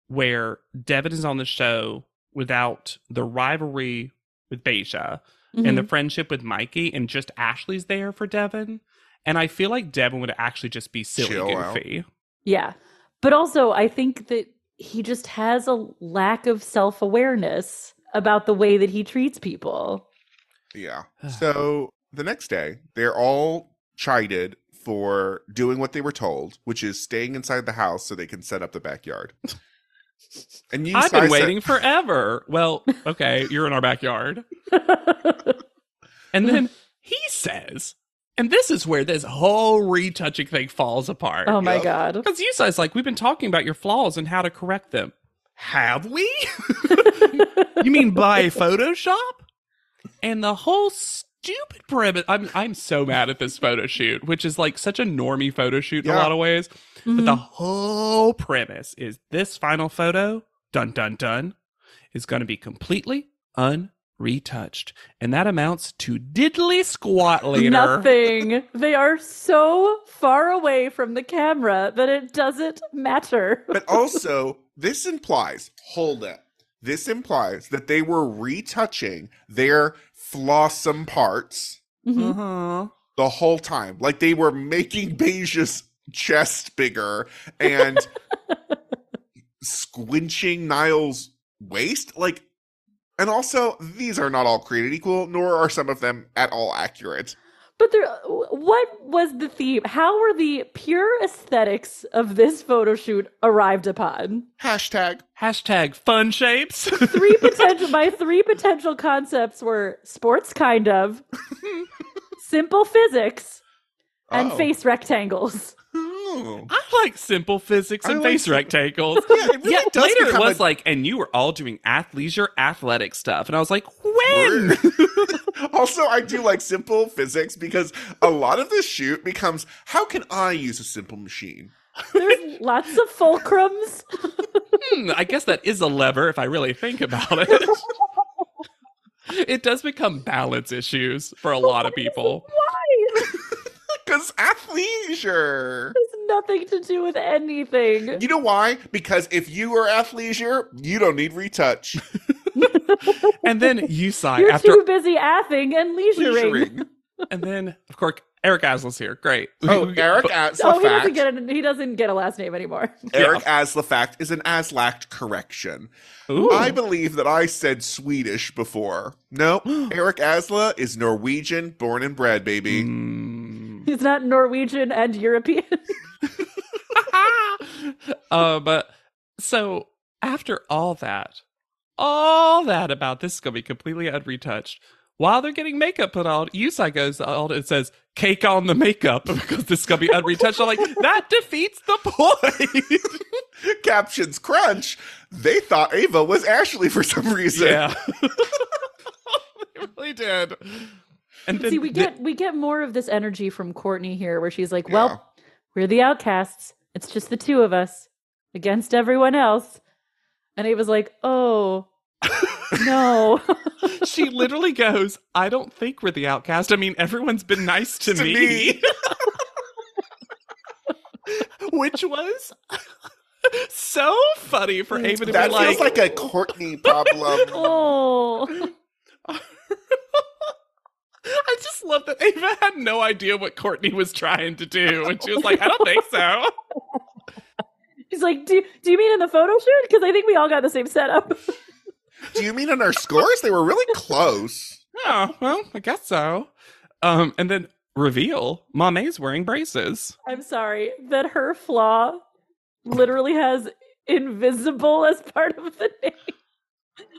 S2: where Devin is on the show without the rivalry with Beja
S3: Mm-hmm.
S2: and the friendship with Mikey, and just Ashley's there for Devin. And I feel like Devin would actually just be silly
S1: Chill out.
S2: goofy.
S3: Yeah. But also, I think that he just has a lack of self awareness about the way that he treats people.
S1: Yeah. so the next day, they're all chided for doing what they were told, which is staying inside the house so they can set up the backyard. And you
S2: I've
S1: guys
S2: been
S1: said-
S2: waiting forever. Well, okay, you're in our backyard. And then he says, and this is where this whole retouching thing falls apart.
S3: oh my
S1: Yep.
S3: God.
S2: Because you guys like, we've been talking about your flaws and how to correct them. Have we? you mean by Photoshop? And the whole stupid premise. I'm I'm so mad at this photo shoot, which is like such a normie photo shoot in a
S1: Yeah.
S2: lot of ways. But the
S3: Mhm.
S2: whole premise is this final photo, dun dun dun, is going to be completely unretouched, and that amounts to diddly squat later.
S3: Nothing. They are so far away from the camera that it doesn't matter.
S1: But also, this implies, hold up. This implies that they were retouching their flawsome parts
S3: Mhm.
S2: Uh-huh.
S1: the whole time. Like they were making Beija's chest bigger and squinching Niall's waist. Like, and also, these are not all created equal, nor are some of them at all accurate.
S3: But there, what was the theme? How were the pure aesthetics of this photo shoot arrived upon?
S1: Hashtag.
S2: Hashtag fun shapes.
S3: Three potential. my three potential concepts were sports, kind of, simple physics, and
S1: Uh-oh.
S3: face rectangles.
S1: Ooh.
S2: I like simple physics
S1: I
S2: and
S1: like
S2: face
S1: sim-
S2: rectangles.
S1: Yeah, it really
S2: Yet
S1: does
S2: later it
S1: become
S2: was
S1: a-
S2: like, and you were all doing athleisure, athletic stuff, and I was like, when?
S1: also, I do like simple physics because a lot of this shoot becomes how can I use a simple machine?
S3: There's lots of fulcrums.
S2: Hmm, I guess that is a lever if I really think about it. it does become balance issues for a lot of people.
S3: Why?
S1: Because athleisure.
S3: There's nothing to do with anything.
S1: You know why? Because if you are athleisure, you don't need retouch.
S2: And then you sigh
S3: You're
S2: after,
S3: too busy athing and leisuring.
S1: Leisuring.
S2: and then of course Eric Aslan's here. Great.
S1: Oh, Eric Aslafact.
S3: Oh, he doesn't get a, he doesn't get a last name anymore.
S1: Eric Aslafact is an Aslact correction.
S2: Ooh.
S1: I believe that I said Swedish before. No, Eric Asla is Norwegian, born and bred, baby.
S2: Mm.
S3: He's not Norwegian and European.
S2: um, uh, so after all that, all that about this is gonna be completely unretouched. While they're getting makeup put on, Yusai goes on and says, "Cake on the makeup because this is gonna be unretouched." I'm like, that defeats the point.
S1: Captions crunch. They thought Ava was Ashley for some reason.
S2: yeah, they really did. And then
S3: See, we
S2: the-
S3: get we get more of this energy from Courtney here, where she's like,
S1: Yeah.
S3: "Well, we're the outcasts. It's just the two of us against everyone else." And Ava's like, "Oh, no."
S2: she literally goes, "I don't think we're the outcast. I mean, everyone's been nice to,
S1: To
S2: me." Which was so funny for Ava to be
S1: That
S2: Mm, like,
S1: feels like a Courtney problem.
S3: oh.
S2: I just love that Ava had no idea what Courtney was trying to do. And she was like, I don't think so.
S3: She's like, do, do you mean in the photo shoot? Because I think we all got the same setup.
S1: Do you mean in our scores? They were really close.
S2: Oh, well, I guess so. Um, and then reveal Mame's wearing braces.
S3: I'm sorry that her flaw literally has invisible as part of the name.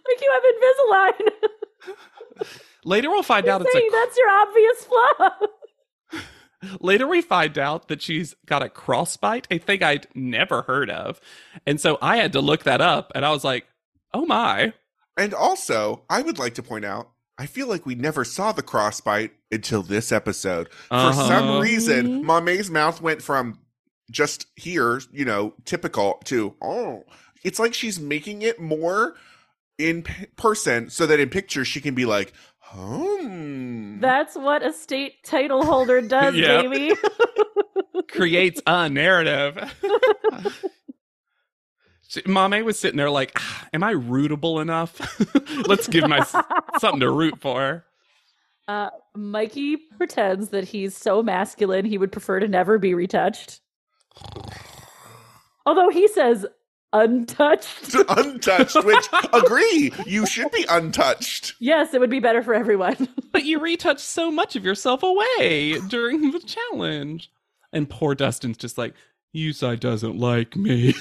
S3: Like you have Invisalign.
S2: Later we'll find out it's a
S3: Saying that's your obvious flaw.
S2: Later, we find out that she's got a crossbite, a thing I'd never heard of. And so I had to look that up and I was like, oh my.
S1: And also, I would like to point out, I feel like we never saw the crossbite until this episode. For some
S2: Uh-huh.
S1: reason, Mame's mouth went from just here, you know, typical to oh, it's like she's making it more in p- person so that in pictures she can be like, hmm.
S3: That's what a state title holder does,
S2: Yeah.
S3: baby.
S2: Creates a narrative. She- Mame was sitting there like, "Ah, am I rootable enough? Let's give my something to root for.
S3: Mikey pretends that he's so masculine he would prefer to never be retouched. Although he says untouched.
S1: untouched, which agree, you should be untouched.
S3: Yes, it would be better for everyone.
S2: But you retouch so much of yourself away during the challenge. And poor Dustin's just like, Yusai doesn't like me.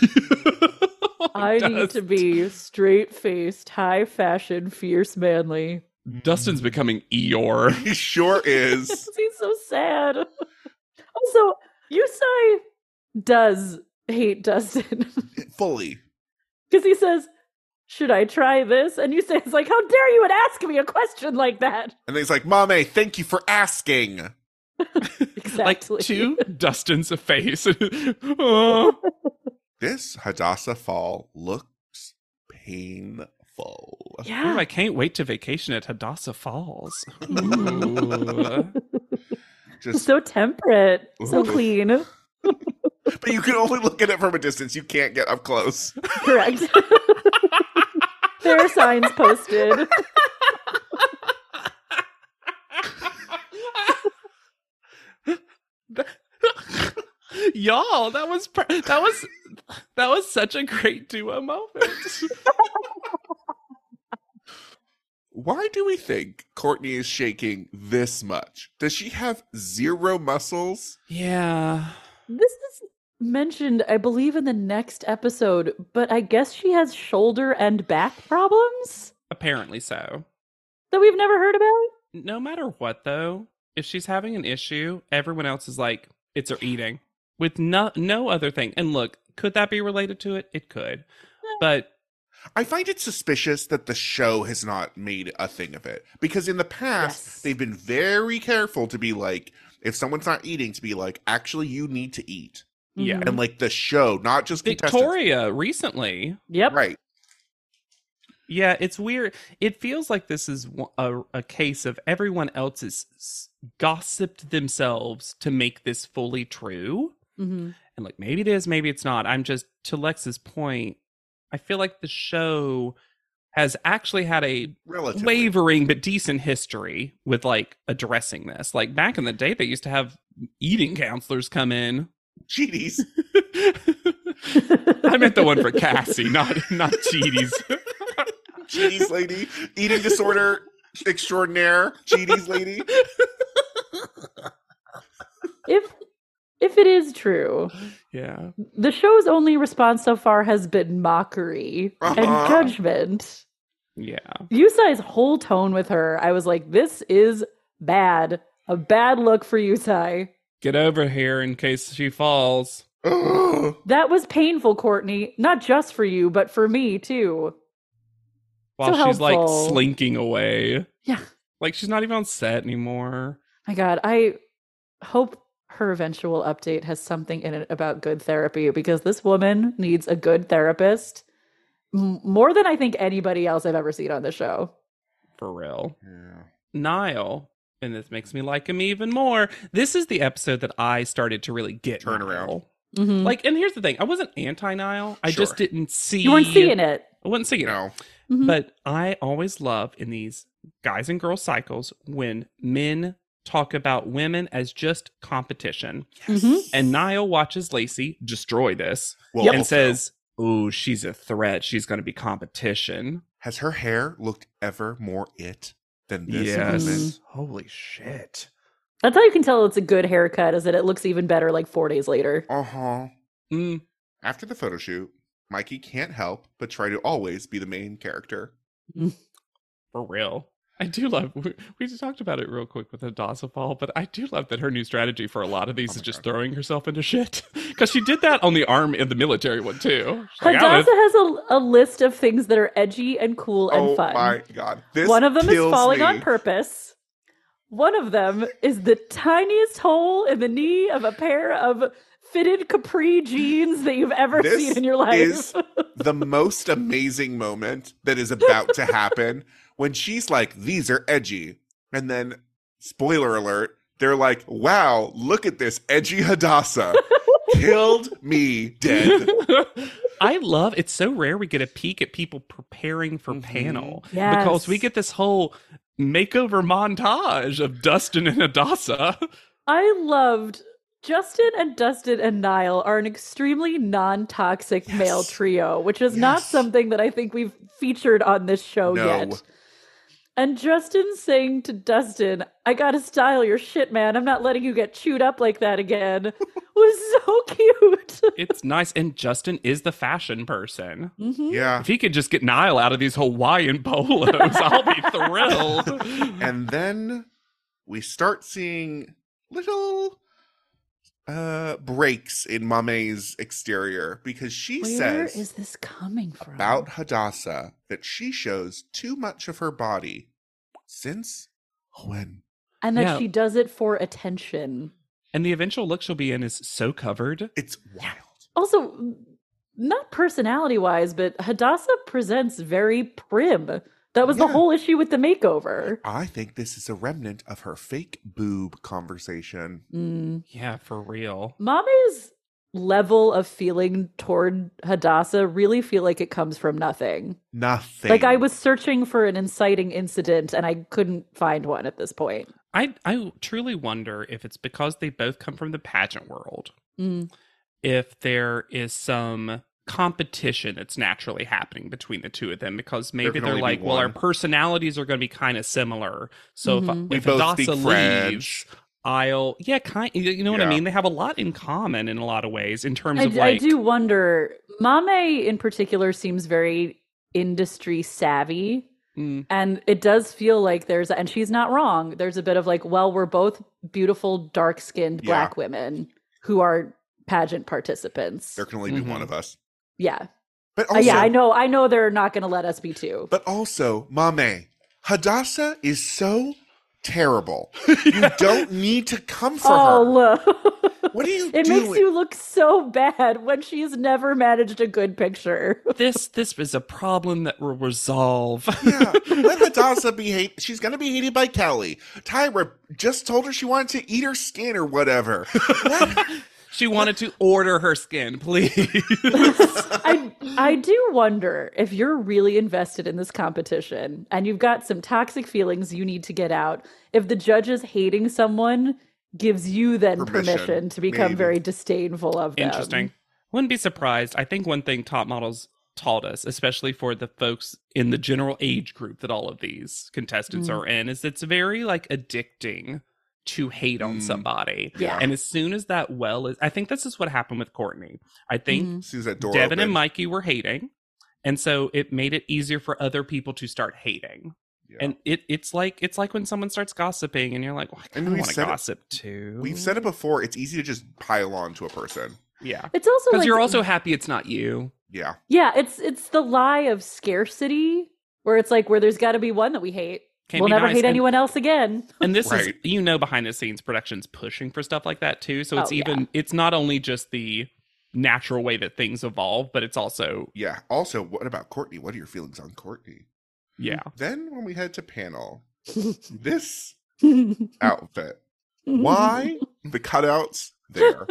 S3: I need
S2: Dust-
S3: to be straight faced, high fashion, fierce, manly.
S2: Dustin's becoming Eeyore.
S1: He sure is.
S3: He's so sad. Also, Yusai does hate Dustin
S1: Fully.
S3: because he says, "Should I try this?" And Yusai is like, "How dare you and ask me a question like that?"
S1: And then he's like, Mame, thank you for asking.
S3: Exactly.
S2: Like to Dustin's face. Oh.
S1: This Hadassah fall looks painful.
S2: Ooh,
S3: Yeah.
S2: I can't wait to vacation at Hadassah Falls.
S1: Just
S3: So temperate, so
S1: Ooh.
S3: clean.
S1: but you can only look at it from a distance. You can't get up close.
S3: Correct. there are signs posted.
S2: Y'all, that was per- that was that was such a great duo moment.
S1: Why do we think Courtney is shaking this much? Does she have zero muscles?
S2: Yeah.
S3: This is mentioned, I believe, in the next episode, but I guess she has shoulder and back problems
S2: Apparently so.
S3: that we've never heard about.
S2: No matter what, though, if she's having an issue, everyone else is like, it's her eating with no, no other thing. And look, could that be related to it? It could. But
S1: I find it suspicious that the show has not made a thing of it because in the past
S3: Yes.
S1: they've been very careful to be like, if someone's not eating, to be like, actually, you need to eat,
S2: Yeah.
S3: Mhm.
S1: and like the show, not just contestants.
S2: Victoria recently,
S3: Yep.
S1: right?
S2: yeah, it's weird. It feels like this is w- a, a case of everyone else is s- gossiped themselves to make this fully true.
S3: Mhm.
S2: and like maybe it is maybe it's not i'm just to lex's point i feel like the show has actually had a
S1: Relatively.
S2: wavering but decent history with like addressing this like back in the day they used to have eating counselors come in
S1: Cheaties.
S3: Mm-hmm.
S2: i meant the one for cassie not not cheaties
S1: Cheaties lady. Eating disorder extraordinaire. Cheaties lady.
S3: If if it is true,
S2: yeah
S3: the show's only response so far has been mockery
S1: Uh-huh.
S3: and judgment.
S2: yeah
S3: Yusai's whole tone with her, I was like, this is bad. A bad look for Yusai.
S2: get over here in case she falls
S1: Ugh.
S3: That was painful, Courtney. Not just for you, but for me too.
S2: while
S3: So
S2: she's like
S3: helpful.
S2: slinking away
S3: Yeah.
S2: like she's not even on set anymore
S3: My God, I hope her eventual update has something in it about good therapy because this woman needs a good therapist m- more than I think anybody else I've ever seen on the show.
S2: for real Niall, and this makes me like him even more. This is the episode that I started to really get
S1: Turn around.
S2: Niall.
S3: Mhm.
S2: Like, and here's the thing: I wasn't anti Niall. I
S1: Sure.
S2: just didn't see.
S3: you weren't seeing it.
S2: I wasn't seeing
S1: You
S2: it.
S1: know,
S3: Mhm.
S2: But I always love in these guys and girls cycles when men talk about women as just competition.
S3: Mhm.
S2: And Niall watches Lacey destroy this
S1: well,
S2: and
S1: also,
S2: says, "Oh, she's a threat. She's going to be competition."
S1: has her hair looked ever more it than this?
S2: yes.
S1: woman?
S2: Holy shit.
S3: That's how you can tell it's a good haircut, is that it looks even better like four days later.
S1: Uh huh.
S2: Mm.
S1: After the photo shoot, Mikey can't help but try to always be the main character.
S2: for real. I do love. We, we just talked about it real quick with Adasafal, but I do love that her new strategy for a lot of these
S1: Oh
S2: is
S1: my
S2: just
S1: God.
S2: throwing herself into shit because she did that on the arm in the military one too. She's like, I
S3: Hadassah
S2: was-
S3: has a, a list of things that are edgy and cool and
S1: oh
S3: fun.
S1: my god! This
S3: One of them is
S1: kills
S3: falling
S1: me.
S3: on purpose. One of them is the tiniest hole in the knee of a pair of fitted capri jeans that you've ever
S1: This
S3: seen in your life.
S1: is- the most amazing moment that is about to happen when she's like, "These are edgy," and then spoiler alert, they're like, "Wow, look at this edgy Hadassah." Killed me dead.
S2: I love. It's so rare we get a peek at people preparing for
S1: Mhm.
S2: panel
S3: Yes.
S2: because we get this whole makeover montage of Dustin and Adasa.
S3: I loved Justin and Dustin and Niall are an extremely non toxic male
S1: Yes.
S3: trio, which is not
S1: Yes.
S3: something that I think we've featured on this show
S1: No.
S3: yet. And Justin saying to Dustin, I gotta style your shit, man. I'm not letting you get chewed up like that again was so cute.
S2: It's nice, and Justin is the fashion person.
S3: Mhm.
S1: Yeah.
S2: If he could just get Niall out of these Hawaiian polos, I'll be thrilled.
S1: and then we start seeing little uh breaks in Mame's exterior because she
S3: Where
S1: says
S3: is this coming from?
S1: about Hadassah that she shows too much of her body since when
S3: and that
S2: Yeah.
S3: she does it for attention.
S2: And the eventual look she'll be in is so covered.
S1: it's wild.
S3: Also, not personality wise, but Hadassah presents very prim. That was the
S1: Yeah.
S3: whole issue with the makeover.
S1: I think this is a remnant of her fake boob conversation.
S3: Mm.
S2: Yeah, for real.
S3: Mame's level of feeling toward Hadassah really feel like it comes from nothing.
S1: Nothing.
S3: Like I was searching for an inciting incident and I couldn't find one at this point.
S2: I I truly wonder if it's
S1: Mm.
S2: because they both come from the pageant world.
S3: Mm.
S2: If there is some competition that's naturally happening between the two of them because maybe
S1: can
S2: they're
S1: only be
S2: like, well, our
S1: one.
S2: personalities are going to be kind of similar. So
S3: Mm-hmm.
S1: We
S2: if, if
S1: both speak
S2: Adasa leaves,
S1: French.
S2: I'll yeah, kind. You you know what I
S1: Yeah.
S2: mean? They have a lot in common in a lot of ways in terms
S3: I,
S2: of
S3: d- I
S2: like
S3: do wonder. Mame in particular seems very industry savvy.
S2: mm,
S3: And it does feel like there's, and she's not wrong. There's a bit of like, well, we're both beautiful, dark skinned
S1: Yeah.
S3: black women who are pageant participants.
S1: There can only
S2: Mhm.
S1: be one of us.
S3: yeah.
S1: But
S3: Uh,
S1: also,
S3: yeah, I know. I know they're not going to let us be two.
S1: But also, Mame, Hadassah is so terrible. You don't need to come for her.
S3: oh, look.
S1: What are you
S3: it
S1: doing?
S3: makes you look so bad when she's never managed a good picture.
S2: this. This is a problem that will resolve.
S1: yeah, let Hadassah be hate. She's gonna be hated by Kelly. Tyra just told her she wanted to eat her skin or whatever.
S2: she wanted to order her skin, please.
S3: I I do wonder if you're really invested in this competition and you've got some toxic feelings you need to get out. If the judges hating someone gives you then permission,
S1: Permission,
S3: to become
S1: maybe.
S3: very disdainful of them.
S2: Interesting. Um, Wouldn't be surprised. I think one thing top models taught us, especially for the folks in the general age group that all of these contestants
S3: Mm.
S2: are in, is it's very like addicting to hate on
S1: Mm.
S2: somebody.
S3: Yeah.
S2: And as soon as that well is, I think this is what happened with Courtney. I think
S3: Mhm.
S1: As soon as that door
S2: Devin and
S1: opened.
S2: Mikey were hating. And so it made it easier for other people to start hating.
S1: Yeah.
S2: And it it's like it's like when someone starts gossiping and you're like, well, I kind
S1: And
S2: of
S1: we've
S2: want to
S1: said it-
S2: gossip too.
S1: We've said it before. It's easy to just pile on to a person.
S2: Yeah.
S3: It's also
S2: Because
S3: like
S2: you're also happy it's not you.
S1: Yeah,
S3: Yeah, it's it's the lie of scarcity where it's like where there's got to be one that we hate.
S2: Can't
S3: we'll
S2: be
S3: never
S2: nice.
S3: hate
S2: And-
S3: anyone else again.
S2: and this is
S1: Right.
S2: you know behind the scenes productions pushing for stuff like that too so it's
S3: Oh, yeah.
S2: even it's not only just the natural way that things evolve but it's also
S1: yeah. Also, what about Courtney? What are your feelings on Courtney?
S3: Mm-hmm.
S2: yeah
S1: Then when we head to panel, this outfit. Why the cutouts there?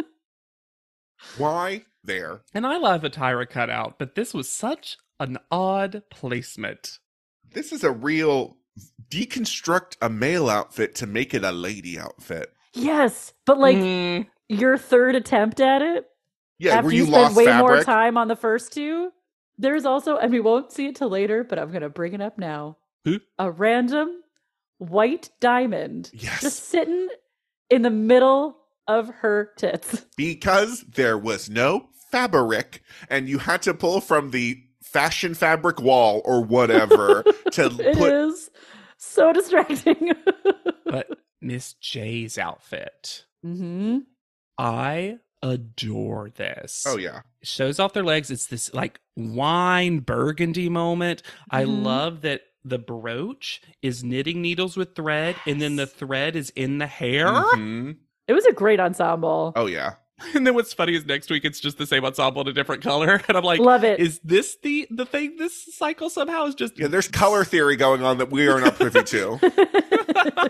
S1: Why there?
S2: and i love a tyra cutout but this was such an odd placement
S1: This is a real deconstruct a male outfit to make it a lady outfit.
S3: Yes, but like
S2: Mm,
S3: your third attempt at it
S1: Yeah,
S3: after
S1: where
S3: you,
S1: you,
S3: spend
S1: lost
S3: way
S1: fabric.
S3: more time on the first two. There's also, and we won't see it till later, but I'm gonna bring it up now.
S2: Who?
S3: A random white diamond
S1: Yes,
S3: just sitting in the middle of her tits.
S1: because there was no fabric, and you had to pull from the fashion fabric wall or whatever to
S3: It is
S1: put.
S3: so distracting.
S2: but miss j's outfit
S3: hmm
S2: i adore this
S1: Oh yeah,
S2: shows off their legs. It's this like wine burgundy moment. I
S3: Mhm.
S2: love that the brooch is knitting needles with thread, and then the thread is in the hair.
S1: Mhm.
S3: It was a great ensemble.
S1: oh yeah.
S2: And then what's funny is next week it's just the same ensemble in a different color, and I'm like,
S3: Love it.
S2: Is this the the thing? This cycle somehow is just
S1: Yeah, there's color theory going on that we are not privy to.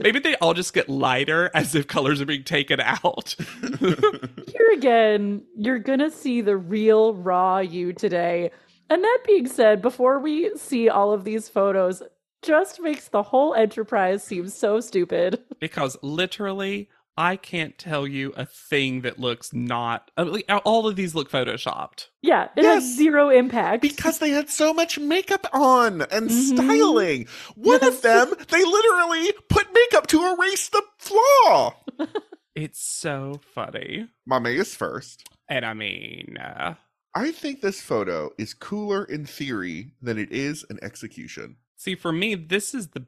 S2: Maybe they all just get lighter as if colors are being taken out.
S3: Here again, you're gonna see the real raw you today. And that being said, before we see all of these photos, just makes the whole enterprise seem so stupid.
S2: because literally I can't tell you a thing that looks not I mean, all of these look photoshopped.
S3: Yeah, it
S1: Yes.
S3: has zero impact.
S1: because they had so much makeup on and
S3: Mhm.
S1: styling. One
S3: Yes.
S1: of them, they literally put makeup to erase the flaw.
S2: It's so funny.
S1: Mame is first.
S2: And I mean, uh,
S1: I think this photo is cooler in theory than it is in execution.
S2: see for me this is the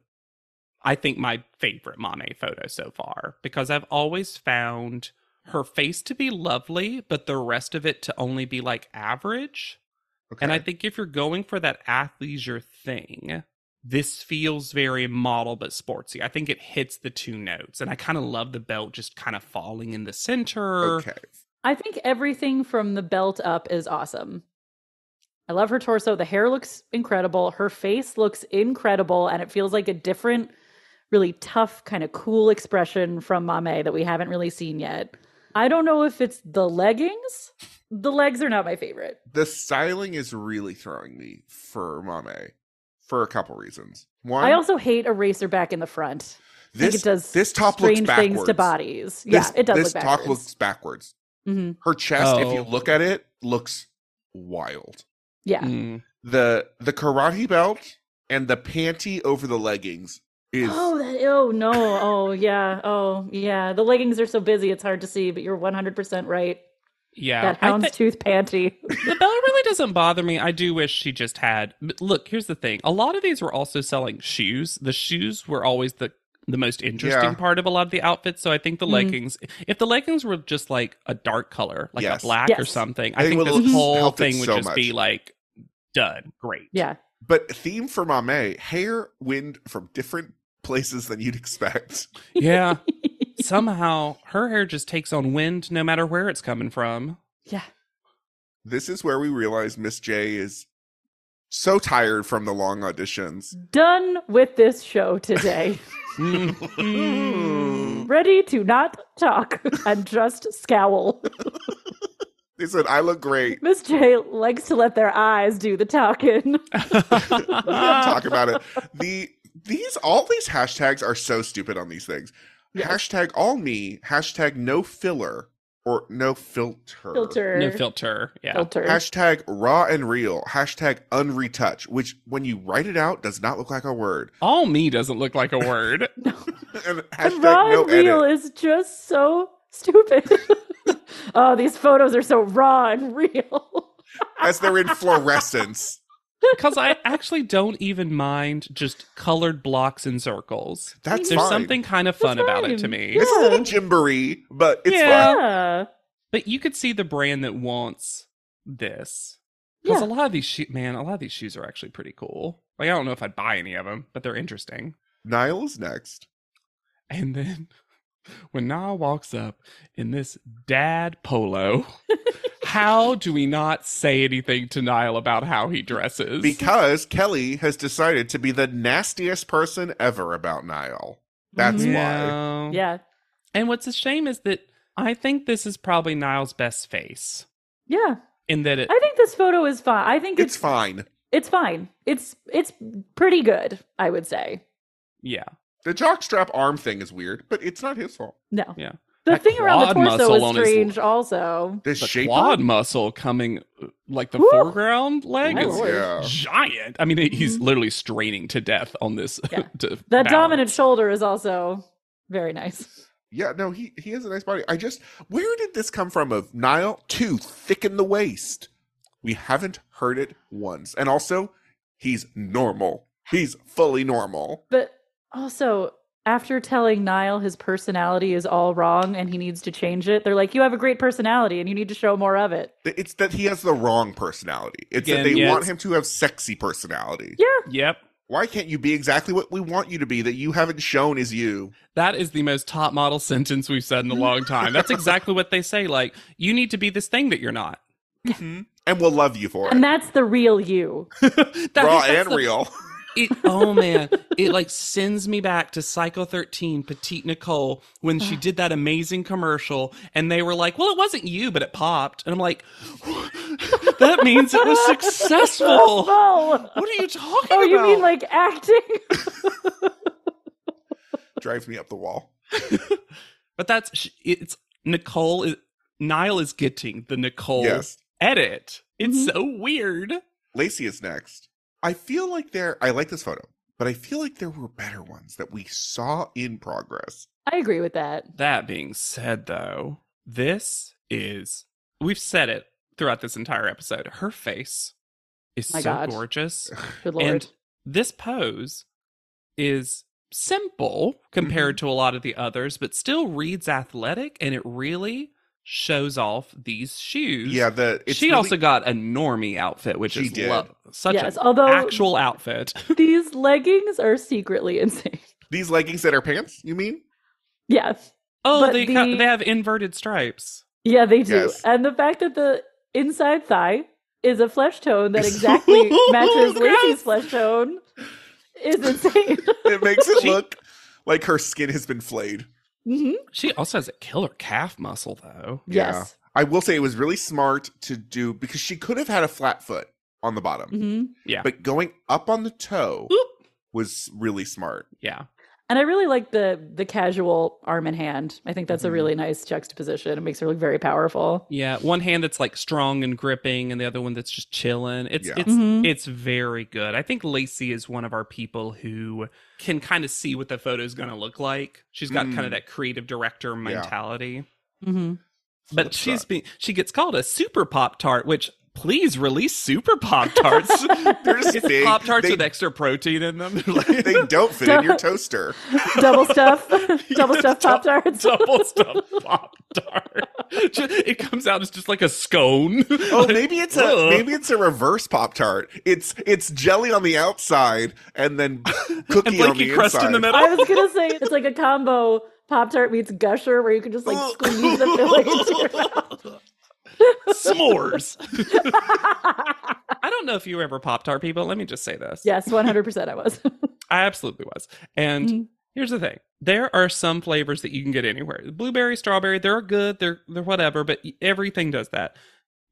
S2: I think my favorite Mame photo so far because I've always found her face to be lovely, but the rest of it to only be like average.
S1: Okay.
S2: And I think if you're going for that athleisure thing, this feels very model but sportsy. I think it hits the two notes. And I kind of love the belt just kind of falling in the center.
S1: okay.
S3: I think everything from the belt up is awesome. I love her torso. The hair looks incredible. Her face looks incredible. And it feels like a different, really tough, kind of cool expression from Mame that we haven't really seen yet. I don't know if it's the leggings. The legs are not my favorite.
S1: The styling is really throwing me for Mame for a couple reasons. One,
S3: I also hate a racer back in the front. I
S1: this,
S3: think it does
S1: this top looks
S3: strange
S1: backwards.
S3: things to bodies.
S1: This,
S3: yeah, it does
S1: This
S3: look
S1: top
S3: backwards.
S1: looks backwards.
S3: hmm
S1: Her chest, if you
S2: Oh.
S1: look at it, looks wild.
S3: Yeah.
S2: Mm.
S1: The the karate belt and the panty over the leggings is
S3: Oh, that, oh no. Oh yeah. Oh yeah. The leggings are so busy it's hard to see, but you're 100% right.
S2: Yeah,
S3: that
S2: I thi-
S3: houndstooth panty.
S2: the bell really doesn't bother me. I do wish she just had. but Look, here's the thing. A lot of these were also selling shoes. The shoes were always the the most interesting
S1: Yeah.
S2: part of a lot of the outfits. So I think the
S3: Mhm.
S2: leggings, if the leggings were just like a dark color, like
S1: Yes.
S2: a black or
S3: Yes.
S2: something,
S1: I
S2: I think
S1: think
S2: this
S1: we'll
S2: whole
S1: help it
S2: thing would
S1: so
S2: just be
S1: much.
S2: like done. Great.
S3: Yeah.
S1: but theme for Mame, hair wind from different places than you'd expect.
S2: Yeah. Somehow her hair just takes on wind no matter where it's coming from.
S3: Yeah.
S1: This is where we realize Miss J is so tired from the long auditions.
S3: Done with this show today.
S1: Mm.
S2: Mhm.
S3: Ready to not talk and just scowl.
S1: They said, I look great.
S3: Miss J likes to let their eyes do the talking.
S2: Mm.
S1: we don't talk about it. The these all these hashtags are so stupid on these things. Hashtag all me, hashtag no filler or no filter.
S3: Filter.
S2: no filter. Yeah.
S3: Filter.
S1: Hashtag raw and real. Hashtag unretouch, which when you write it out does not look like a word.
S2: All me doesn't look like a word.
S1: and hashtag
S3: And raw
S1: no
S3: and real
S1: edit.
S3: is just so stupid. oh, these photos are so raw and real.
S1: As they're in fluorescence.
S2: Because I actually don't even mind just colored blocks and circles.
S1: That's
S2: There's
S1: fine.
S2: something kind of fun
S3: That's
S2: about it to
S3: fine.
S2: me.
S1: It's a little
S3: Yeah.
S1: gimbery, but it's
S2: Yeah.
S1: fine.
S3: Yeah.
S2: But you could see the brand that wants this. Because a
S3: Yeah.
S2: lot of these shoes, man, a lot of these shoes are actually pretty cool. Like I don't know if I'd buy any of them, but they're interesting.
S1: Niall is next.
S2: And then when Nile walks up in this dad polo, how do we not say anything to Nile about how he dresses?
S1: Because Kelly has decided to be the nastiest person ever about Niall. That's
S3: Mhm.
S2: yeah.
S1: why.
S3: Yeah.
S2: And what's a shame is that I think this is probably Niall's best face
S3: Yeah.
S2: in that it
S3: I think this photo is fine. I think
S1: It's
S3: it's
S1: fine.
S3: it's fine. It's it's pretty good, I would say.
S2: yeah.
S1: The jockstrap arm thing is weird, but it's not his fault.
S3: No.
S2: Yeah.
S3: The
S2: That
S3: thing around the
S2: quad
S3: torso
S2: muscle
S3: is
S2: on his-
S3: strange also.
S1: The,
S2: The
S1: shape
S2: quad muscle coming uh, like the
S3: Woo!
S2: foreground leg
S3: My
S2: is
S3: lord.
S1: Yeah.
S2: giant. I mean, he's literally straining to death on this.
S3: Mm-hmm. Yeah.
S2: to
S3: The
S2: balance.
S3: dominant shoulder is also very nice.
S1: Yeah, no, he he has a nice body. I just where did this come from of Niall to thicken the waist? We haven't heard it once. And also, he's normal. He's fully normal.
S3: But also, after telling Niall his personality is all wrong and he needs to change it, they're like, "You have a great personality and you need to show more of it."
S1: It's that he has the wrong personality. It's
S2: Again,
S1: that they
S2: yeah,
S1: want
S2: it's-
S1: him to have sexy personality.
S3: Yeah.
S2: Yep.
S1: Why can't you be exactly what we want you to be that you haven't shown is you?
S2: That is the most top model sentence we've said in a long time. That's exactly what they say. Like, you need to be this thing that you're not.
S1: Mhm. And we'll love you for
S3: And
S1: it.
S3: that's the real you.
S2: That-
S1: Raw
S2: that's
S1: and
S2: the-
S1: real.
S2: It, oh man, it like sends me back to Psycho 13 Petite Nicole when she did that amazing commercial and they were like, "Well, it wasn't you, but it popped." And I'm like, "That means it was successful." What
S3: Oh,
S2: are you talking
S3: oh,
S2: about?
S3: you mean like acting?
S1: Drives me up the wall.
S2: But that's sh- it's Nicole is Niall is getting the Nicole
S1: Yes.
S2: edit. It's
S3: Mm-hmm.
S2: so weird.
S1: Lacey is next. I feel like there, I like this photo, but I feel like there were better ones that we saw in progress.
S3: I agree with that.
S2: That being said, though, this is we've said it throughout this entire episode. Her face is
S3: My
S2: so
S3: God.
S2: gorgeous.
S3: Good lord.
S2: And this pose is simple compared
S1: Mm-hmm.
S2: to a lot of the others, but still reads athletic and it really shows off these shoes.
S1: Yeah, the it's
S2: she
S1: really-
S2: also got a normie outfit, which
S1: She
S2: is
S1: did.
S2: love. Such
S3: Yes, Oh,
S2: an
S3: although-
S2: actual outfit.
S3: These leggings are secretly insane.
S1: these leggings that are pants. You mean?
S3: Yeah.
S2: Oh,
S3: But
S2: they ca-
S3: the-
S2: they have inverted stripes.
S3: Yeah, they do.
S1: Yes.
S3: And the fact that the inside thigh is a flesh tone that exactly matches Lacey's
S2: Gross.
S3: flesh tone is insane.
S1: It makes it
S2: She-
S1: look like her skin has been flayed.
S3: Mhm.
S2: She also has a killer calf muscle though.
S1: Yeah.
S3: Yes.
S1: I will say it was really smart to do because she could have had a flat foot on the bottom,
S3: hmm
S2: Mm-hmm. Yeah.
S1: but going up on the toe
S2: Oop.
S1: was really smart.
S2: Yeah.
S3: And I really like the the casual arm and hand. I think that's a
S2: Mhm.
S3: really nice juxtaposition. It makes her look very powerful.
S2: Yeah, one hand that's like strong and gripping, and the other one that's just chilling. It's
S1: Yeah.
S2: it's
S3: Mhm.
S2: it's very good. I think Lacey is one of our people who can kind of see what the photo's going to look like. She's got kind
S1: Mm.
S2: of that creative director mentality,
S3: Mm-hmm.
S2: but
S1: Flip
S2: she's
S1: side.
S2: being she gets called a super pop tart, which please release super pop tarts.
S1: They're just big.
S2: Pop tarts
S1: They-
S2: with extra protein in them. They're
S1: they
S2: like
S1: don't fit in your toaster.
S3: Double stuff, double stuff
S2: dou-
S3: pop tarts.
S2: double stuffed pop tart. It comes out as just like a scone.
S1: Oh, maybe it's a
S2: ugh.
S1: maybe it's a reverse pop tart. It's it's jelly on the outside and then
S2: and
S1: cookie on
S2: flaky
S1: the
S2: crust
S1: inside.
S2: in the middle.
S3: I was gonna say it's like a combo Pop Tart meets Gusher, where you can just like squeeze the filling. into your mouth.
S2: S'mores. I don't know if you were ever Pop Tart people. Let me just say this.
S3: Yes, one hundred percent. I was.
S2: I absolutely was. And
S3: Mhm.
S2: here's the thing. There are some flavors that you can get anywhere. Blueberry, strawberry, they're good, they're they're whatever, but everything does that.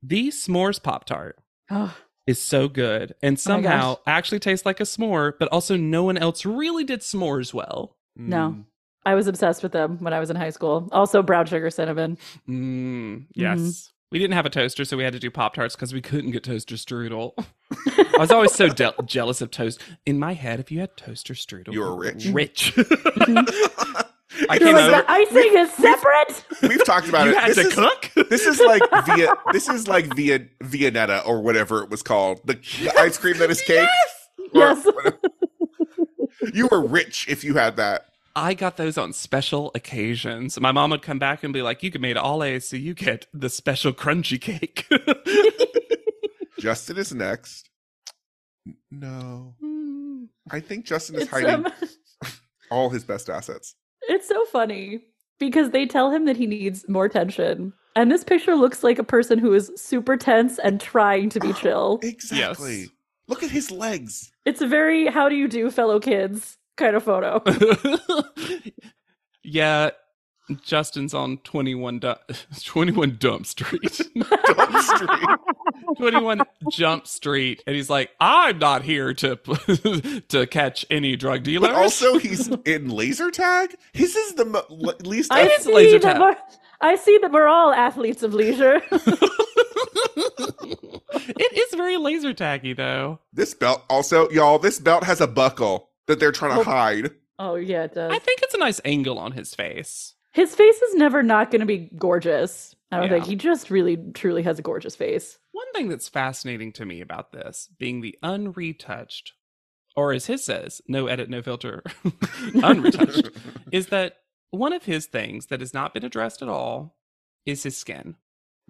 S2: The s'mores Pop Tart
S3: Oh,
S2: is so good and
S3: Oh my gosh.
S2: somehow actually tastes like a s'more, but also no one else really did s'mores well. Mm.
S3: No. I was obsessed with them when I was in high school. Also, brown sugar cinnamon.
S2: Mm, yes.
S3: Mhm.
S2: We didn't have a toaster, so we had to do Pop Tarts because we couldn't get toaster strudel. I was always so de- jealous of toast. In my head, if you had toaster strudel,
S1: You were rich. Mm-hmm.
S2: Rich. I
S1: It
S2: came
S3: You're
S1: was
S2: over.
S3: like, the icing is separate.
S1: We've talked about
S2: you
S1: it.
S2: had
S1: This
S2: to
S1: is-
S2: cook.
S1: This is like via. This is like via Viennetta or whatever it was called. The, the ice cream that is cake.
S3: Yes.
S1: You were rich if you had that.
S2: I got those on special occasions. My mom would come back and be like, "You can made all A's, so you get the special crunchy cake."
S1: Justin is next. N- No,
S2: Mm.
S1: I think Justin is
S3: It's,
S1: hiding
S3: um,
S1: all his best assets.
S3: it's so funny because they tell him that he needs more tension. And this picture looks like a person who is super tense and trying to be chill.
S1: Exactly.
S2: Yes.
S1: Look at his legs.
S3: It's a very how do you do, fellow kids kind of photo.
S2: yeah, Justin's on 21, du- 21 Dump Street.
S1: Dump street.
S2: 21 Jump Street. And he's like, I'm not here to to catch any drug dealers.
S1: But also, he's in laser tag. His is the mo- le- least.
S3: I
S2: It's
S3: see
S2: laser
S3: that
S2: tag.
S3: we're, I see that we're all athletes of leisure.
S2: it is very laser taggy, though.
S1: this belt also, y'all. This belt has a buckle that they're trying to
S3: Oh.
S1: hide.
S3: oh yeah, it does.
S2: I think it's a nice angle on his face.
S3: His face is never not going to be gorgeous. I don't
S2: Yeah.
S3: think he just really truly has a gorgeous face.
S2: One thing that's fascinating to me about this being the unretouched, or as his says, no edit, no filter, unretouched, is that one of his things that has not been addressed at all is his skin.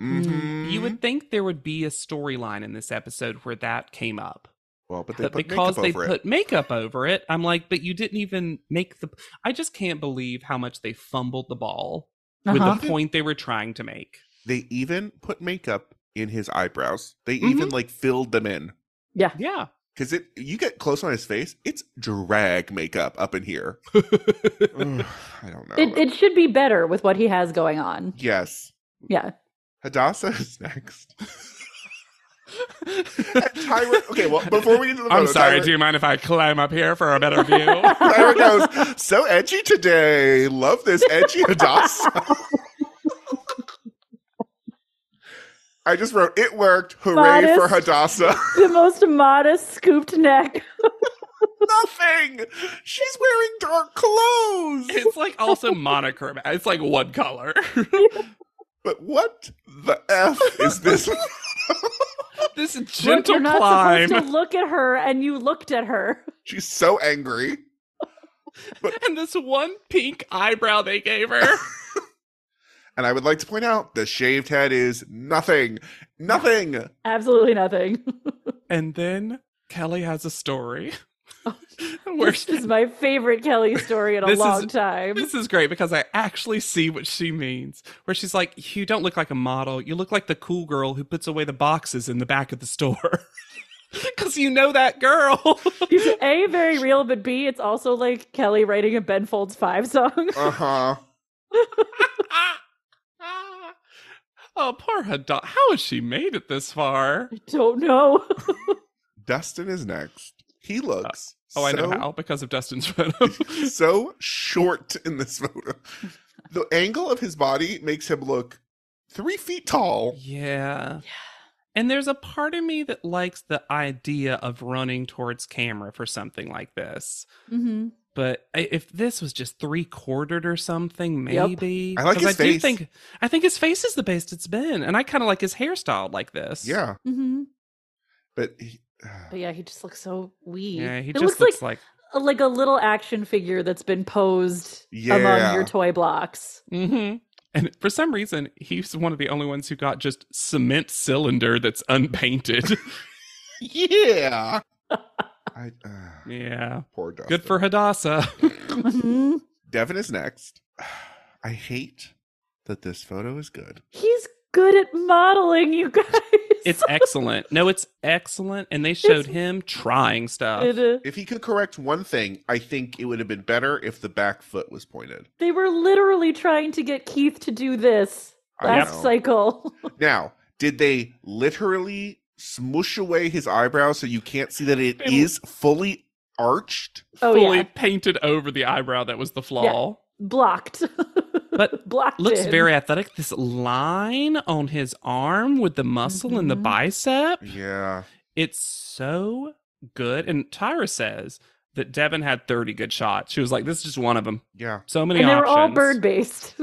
S3: Mm.
S1: Mhm.
S2: You would think there would be a storyline in this episode where that came up.
S1: well, but they
S2: But
S1: put
S2: because
S1: makeup
S2: they
S1: over it.
S2: put makeup over it, I'm like, but you didn't even make the. I just can't believe how much they fumbled the ball
S3: Uh-huh.
S2: with the point they were trying to make.
S1: They even put makeup in his eyebrows. They
S2: Mm-hmm.
S1: even like filled them in
S3: Yeah.
S2: Yeah.
S1: because it. You get close on his face. It's drag makeup up in here. Ugh, I don't know.
S3: It, it should be better with what he has going on.
S1: yes,
S3: Yeah.
S1: Hadassah is next. Tyra. Okay, well, before we get to the
S2: I'm
S1: photo,
S2: sorry.
S1: Tyra-
S2: Do you mind if I climb up here for a better view?
S1: Tyra goes, so edgy today. Love this edgy Hadassah. I just wrote, it worked. Hooray for
S3: Modest.
S1: Hadassah.
S3: the most modest scooped neck.
S1: Nothing. She's wearing dark clothes.
S2: it's like also monochrome. It's like one color.
S1: But what the F is this?
S2: this
S3: Look,
S2: gentle
S3: you're not
S2: climb.
S3: supposed to look at her, and you looked at her.
S1: She's so angry.
S2: And this one pink eyebrow they gave her.
S1: And I would like to point out the shaved head is nothing. Nothing.
S3: Absolutely nothing.
S2: and then Kelly has a story. where
S3: Which is my favorite Kelly story in a
S2: This is-
S3: long time.
S2: This is great because I actually see what she means. Where she's like, You don't look like a model. You look like the cool girl who puts away the boxes in the back of the store. Because you know that girl.
S3: It's a very real, but B, it's also like Kelly writing a Ben Folds Five song.
S1: Uh huh.
S2: oh, poor Hada. How has she made it this far?
S3: Don't know.
S1: Dustin is next. He looks
S2: Oh, I know
S1: so-
S2: how because of Dustin's photo.
S1: so short in this photo. The angle of his body makes him look three feet tall.
S2: yeah. And there's a part of me that likes the idea of running towards camera for something like this.
S3: Mm-hmm.
S2: But I, if this was just three quartered or something,
S3: Yep.
S2: maybe.
S1: I like
S2: 'Cause
S1: his
S2: I do
S1: face.
S2: think I think his face is the best it's been, and I kind of like his hairstyle like this.
S1: Yeah,
S3: Mm-hmm.
S1: but he, uh,
S3: But yeah, he just looks so wee.
S2: Yeah, he
S3: it
S2: just
S3: looks,
S2: looks
S3: like
S2: like,
S3: a- like a little action figure that's been posed
S1: Yeah.
S3: among your toy blocks.
S2: Mm-hmm. And for some reason, he's one of the only ones who got just cement cylinder that's unpainted.
S1: yeah. I, uh,
S2: yeah.
S1: poor Dustin.
S2: Good for Hadassah.
S3: Mhm.
S1: Devin is next. I hate that this photo is good.
S3: He's good at modeling, you guys.
S2: It's excellent. No, it's excellent. And they showed him trying stuff.
S3: It, uh,
S1: If he could correct one thing, I think it would have been better if the back foot was pointed.
S3: they were literally trying to get Keith to do this
S1: I
S3: last
S1: know.
S3: cycle.
S1: Now, did they literally smoosh away his eyebrows so you can't see that it
S2: They-
S1: is fully arched?
S3: oh
S2: Fully
S3: yeah,
S2: painted over the eyebrow that was the flaw.
S3: blocked.
S2: But
S3: blocked.
S2: Looks
S3: in.
S2: very athletic. This line on his arm with the muscle and the
S3: Mhm.
S2: bicep.
S1: Yeah.
S2: It's so good. And Tyra says that Devin had 30 good shots. She was like, this is just one of them.
S1: Yeah.
S2: So many
S3: And they
S2: options.
S3: were all bird based.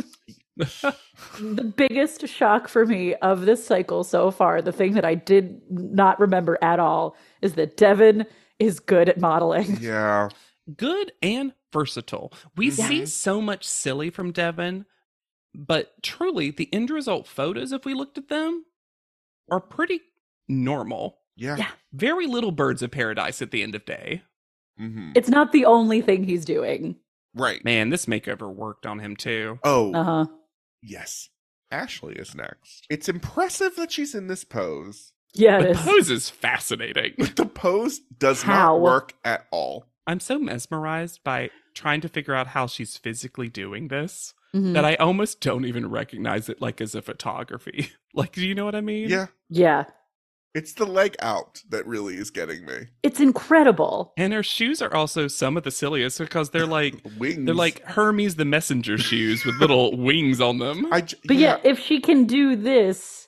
S3: the biggest shock for me of this cycle so far, the thing that I did not remember at all, is that Devin is good at modeling.
S1: Yeah.
S2: good and versatile. We see
S1: Mhm.
S2: so much silly from Devin, but truly, the end result photos, if we looked at them, are pretty normal.
S1: Yeah.
S3: Yeah.
S2: Very little birds of paradise at the end of day.
S1: hmm
S3: It's not the only thing he's doing.
S1: Right.
S2: Man, this makeover worked on him too.
S1: Oh,
S3: Uh huh.
S1: yes. Ashley is next. It's impressive that she's in this pose.
S3: Yeah, it
S2: The
S3: is.
S2: pose is fascinating.
S1: But the pose does
S3: How?
S1: not work at all.
S2: I'm so mesmerized by trying to figure out how she's physically doing this
S3: Mhm.
S2: that I almost don't even recognize it like as a photography. Like, do you know what I mean?
S1: Yeah.
S3: Yeah,
S1: It's the leg out that really is getting me.
S3: it's incredible.
S2: And her shoes are also some of the silliest because they're like
S1: Wings.
S2: They're like Hermes the messenger shoes with little wings on them.
S1: I j-
S3: But yeah.
S1: yeah.
S3: if she can do this,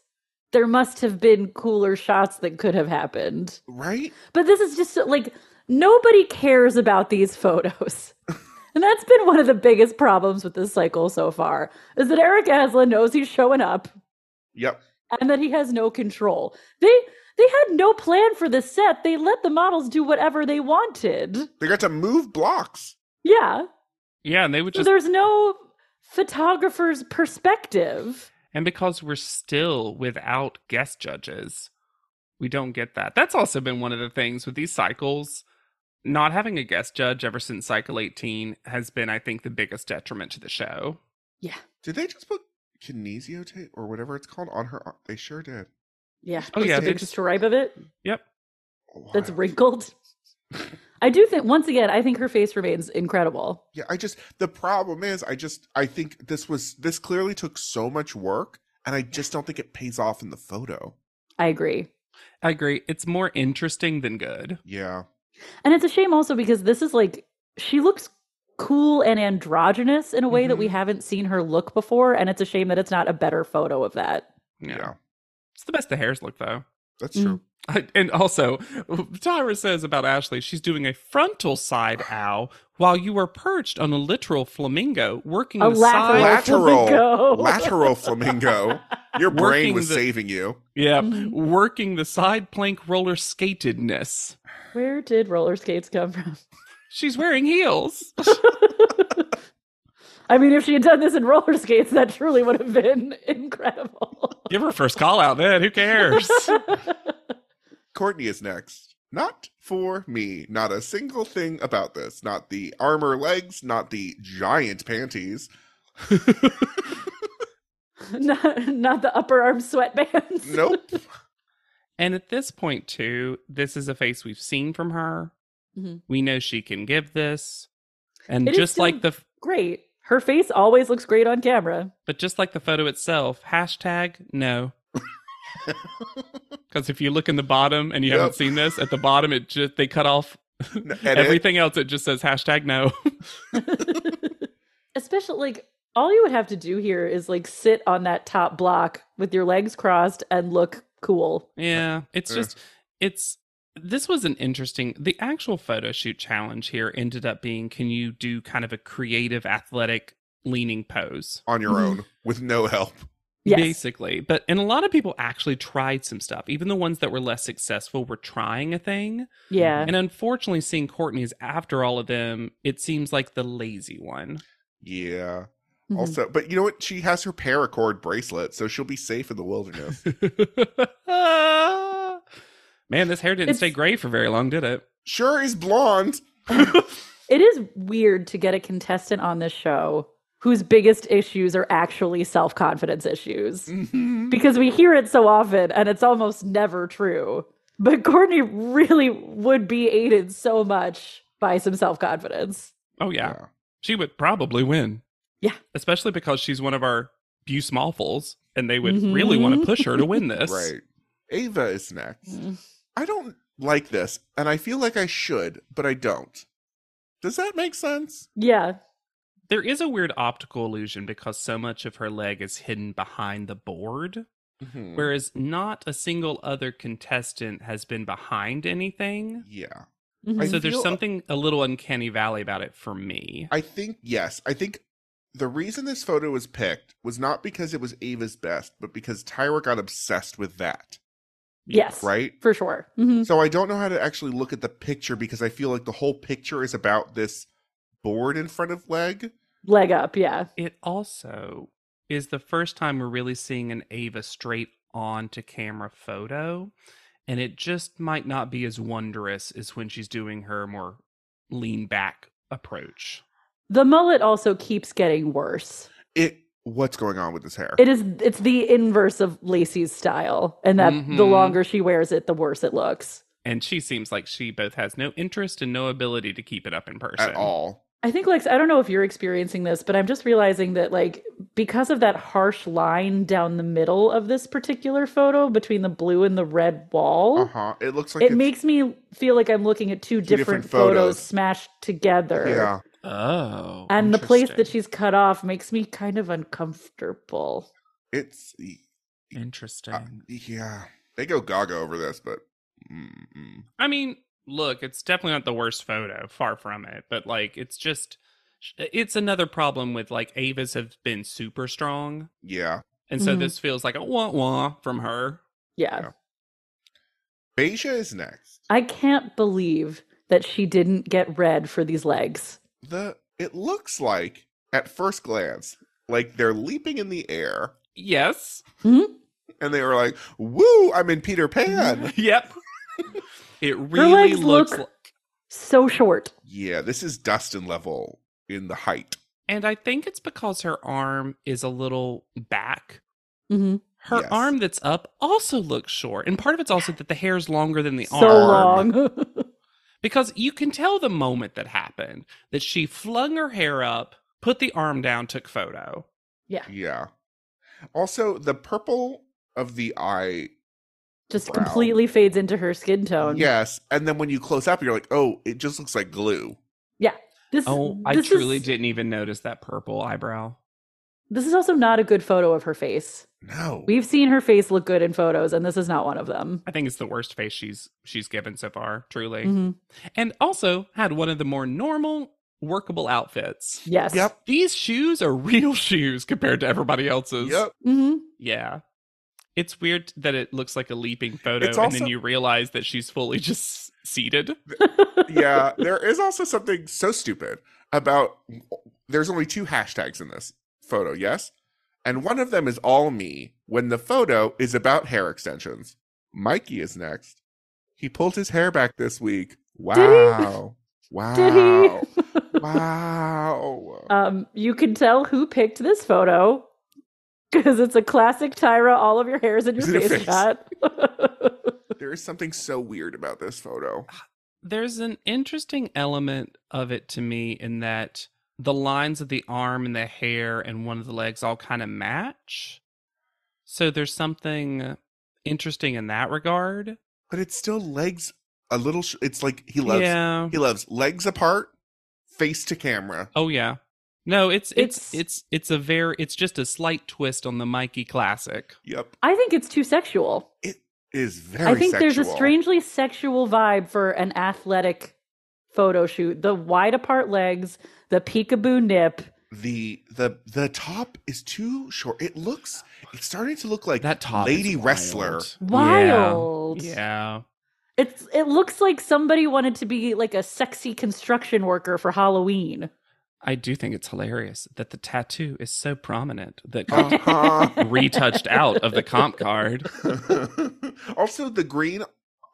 S3: there must have been cooler shots that could have happened.
S1: Right?
S3: But this is just so- like nobody cares about these photos. And that's been one of the biggest problems with this cycle so far is that Eric Aslan knows he's showing up
S1: Yep.
S3: and that he has no control. They they had no plan for this set. They let the models do whatever they wanted.
S1: They got to move blocks.
S3: Yeah.
S2: yeah, and they would
S3: So
S2: just
S3: there's no photographer's perspective.
S2: and because we're still without guest judges, we don't get that. That's also been one of the things with these cycles. Not having a guest judge ever since cycle 18 has been, I think, the biggest detriment to the show.
S1: Did they just put kinesio tape or whatever it's called on her arm? They sure did.
S3: Yeah.
S2: Oh, yeah,
S3: Just a
S2: they
S3: big
S2: just-
S3: stripe of it.
S2: Yep.
S3: that's
S1: Wild.
S3: wrinkled. I do think once again, I think her face remains incredible.
S1: Yeah, I just the problem is I just I think this was this clearly took so much work and I just don't think it pays off in the photo.
S3: I agree.
S2: I agree. It's more interesting than good.
S1: Yeah.
S3: And it's a shame also because this is like she looks cool and androgynous in a way that we
S2: Mm-hmm.
S3: haven't seen her look before and it's a shame that it's not a better photo of that.
S1: Yeah.
S2: It's the best the hairs look, though.
S1: That's
S3: Mm.
S1: true.
S2: I, and also, Tyra says about Ashley, she's doing a frontal side ow while you are perched on a literal flamingo working
S3: A
S2: the
S3: lateral,
S2: side.
S1: Lateral.
S3: flamingo.
S1: Lateral flamingo. Your brain
S2: Working
S1: was
S2: the-
S1: saving you.
S2: Yeah,
S3: Mhm.
S2: working the side plank roller skatedness.
S3: Where did roller skates come from?
S2: She's wearing heels.
S3: I mean, if she had done this in roller skates, that truly would have been incredible.
S2: Give her first call out then. Who cares?
S1: Courtney is next. Not for me. Not a single thing about this. Not the armor legs, not the giant panties.
S3: not, not the upper arm sweatbands.
S1: Nope.
S2: and at this point, too, this is a face we've seen from her.
S3: Mhm.
S2: We know she can give this. And
S3: It is
S2: just
S3: still-
S2: like the
S3: Great. Her face always looks great on camera.
S2: But just like the photo itself, hashtag no. Because if you look in the bottom and you
S1: Yep.
S2: haven't seen this, at the bottom it just they cut off
S1: No, edit.
S2: Everything else, it just says hashtag no.
S3: Especially like all you would have to do here is like sit on that top block with your legs crossed and look cool.
S2: Yeah, it's
S1: Uh.
S2: just it's this was an interesting the actual photo shoot challenge here ended up being can you do kind of a creative athletic leaning pose
S1: on your own with no help.
S3: Yes.
S2: basically but and a lot of people actually tried some stuff even the ones that were less successful were trying a thing
S3: Yeah.
S2: and unfortunately seeing courtney's after all of them it seems like the lazy one
S1: Yeah.
S3: Mhm.
S1: Also, but you know what? She has her paracord bracelet, so she'll be safe in the wilderness.
S2: man this hair didn't
S3: It's-
S2: stay gray for very long did it
S1: sure is blonde.
S3: It is weird to get a contestant on this show whose biggest issues are actually self confidence issues
S1: Mhm.
S3: because we hear it so often and it's almost never true. But Courtney really would be aided so much by some self confidence.
S2: oh yeah. she would probably win.
S3: Yeah.
S2: Especially because she's one of our few smallfuls and they would really
S3: Mhm.
S2: want to push her to win this.
S1: Right. Ava is next. I don't like this, and I feel like I should, but I don't. Does that make sense?
S3: Yeah.
S2: There is a weird optical illusion because so much of her leg is hidden behind the board,
S1: Mhm.
S2: whereas not a single other contestant has been behind anything.
S1: Yeah.
S3: Mhm.
S2: So
S1: feel- uh
S2: there's something a little uncanny valley about it for me.
S1: I think yes. I think the reason this photo was picked was not because it was Ava's best, but because Tyra got obsessed with that,
S3: yes.
S1: right?
S3: For sure. Mhm.
S1: So I don't know how to actually look at the picture because I feel like the whole picture is about this board in front of leg.
S3: Leg up. Yeah.
S2: It also is the first time we're really seeing an Ava straight on to camera photo, and it just might not be as wondrous as when she's doing her more lean back approach.
S3: The mullet also keeps getting worse.
S1: It what's going on with this hair?
S3: It is it's the inverse of Lacey's style, and that the
S2: Mhm.
S3: longer she wears it, the worse it looks.
S2: And she seems like she both has no interest and no ability to keep it up in person.
S1: at all.
S3: I think Lex, I don't know if you're experiencing this, but I'm just realizing that like because of that harsh line down the middle of this particular photo between the blue and the red wall,
S1: Uh huh. It looks like
S3: it
S1: it's-
S3: makes me feel like I'm looking at two,
S1: different
S3: different, photos.
S1: photos.
S3: smashed together.
S1: yeah.
S2: Oh.
S3: And the place that
S2: interesting.
S3: she's cut off makes me kind of uncomfortable.
S1: It's
S2: Interesting.
S1: uh, yeah. They go gaga over this, but mm-mm.
S2: I mean, look, it's definitely not the worst photo, far from it, but like it's just it's another problem with like Ava's have been super strong,
S1: yeah.
S2: and so
S3: Mhm.
S2: this feels like a wah wah from her.
S3: Yeah.
S1: Yeah. Beja is next.
S3: I can't believe that she didn't get red for these legs.
S1: the it looks like at first glance like they're leaping in the air
S2: Yes.
S1: and they were like woo i'm in peter pan
S2: yep. it really
S3: legs
S2: looks
S3: look-
S2: like
S3: So short.
S1: yeah this is dustin level in the height
S2: and I think it's because her arm is a little back.
S3: hmm
S2: Her
S1: Yes.
S2: arm that's up also looks short. And part of it's also that the hair's longer than the
S3: So
S2: arm.
S3: long.
S2: because you can tell the moment that happened that she flung her hair up, put the arm down, took photo.
S1: yeah also the purple of the eye
S3: Just
S1: Brown.
S3: completely fades into her skin tone.
S1: yes and then when you close up you're like oh it just looks like glue
S3: This,
S2: Oh, I
S3: this
S2: truly
S3: is,
S2: didn't even notice that purple eyebrow.
S3: This is also not a good photo of her face.
S1: no
S3: We've seen her face look good in photos, and this is not one of them.
S2: I think it's the worst face she's she's given so far, truly.
S3: Mhm.
S2: And also had one of the more normal workable outfits.
S3: Yes.
S1: yep
S2: These shoes are real shoes compared to everybody else's.
S1: yep
S3: hmm
S2: Yeah. It's weird that it looks like a leaping photo
S1: It's
S2: and
S1: also-
S2: then you realize that she's fully just seated.
S1: yeah there is also something so stupid about there's only two hashtags in this photo yes and one of them is all me when the photo is about hair extensions mikey is next he pulled his hair back this week wow wow
S3: Did he?
S1: wow
S3: Um, you can tell who picked this photo because it's a classic Tyra. All of your hairs in your
S1: Is it a
S3: face,
S1: face?
S3: shot.
S1: there is something so weird about this photo
S2: there's an interesting element of it to me in that the lines of the arm and the hair and one of the legs all kind of match. So there's something interesting in that regard.
S1: but it's still legs a little. Sh- it's like he loves.
S2: yeah.
S1: He loves legs apart, face to camera.
S2: Oh yeah. No, it's it's
S3: It's-
S2: it's it's a very it's just a slight twist on the Mikey classic.
S1: Yep,
S3: I think it's too sexual.
S1: is very.
S3: I think there's a
S1: sexual.
S3: strangely sexual vibe for an athletic photo shoot. The wide apart legs, the peekaboo nip.
S1: the the the top is too short. It looks. It's starting to look like
S2: That top is
S1: lady wrestler.
S2: wild.
S3: Wild.
S2: Yeah. yeah.
S3: It's it looks like somebody wanted to be like a sexy construction worker for Halloween.
S2: I do think it's hilarious that the tattoo is so prominent that
S3: Oh.
S2: got
S1: Uh-huh.
S2: retouched out of the comp card.
S1: also, the green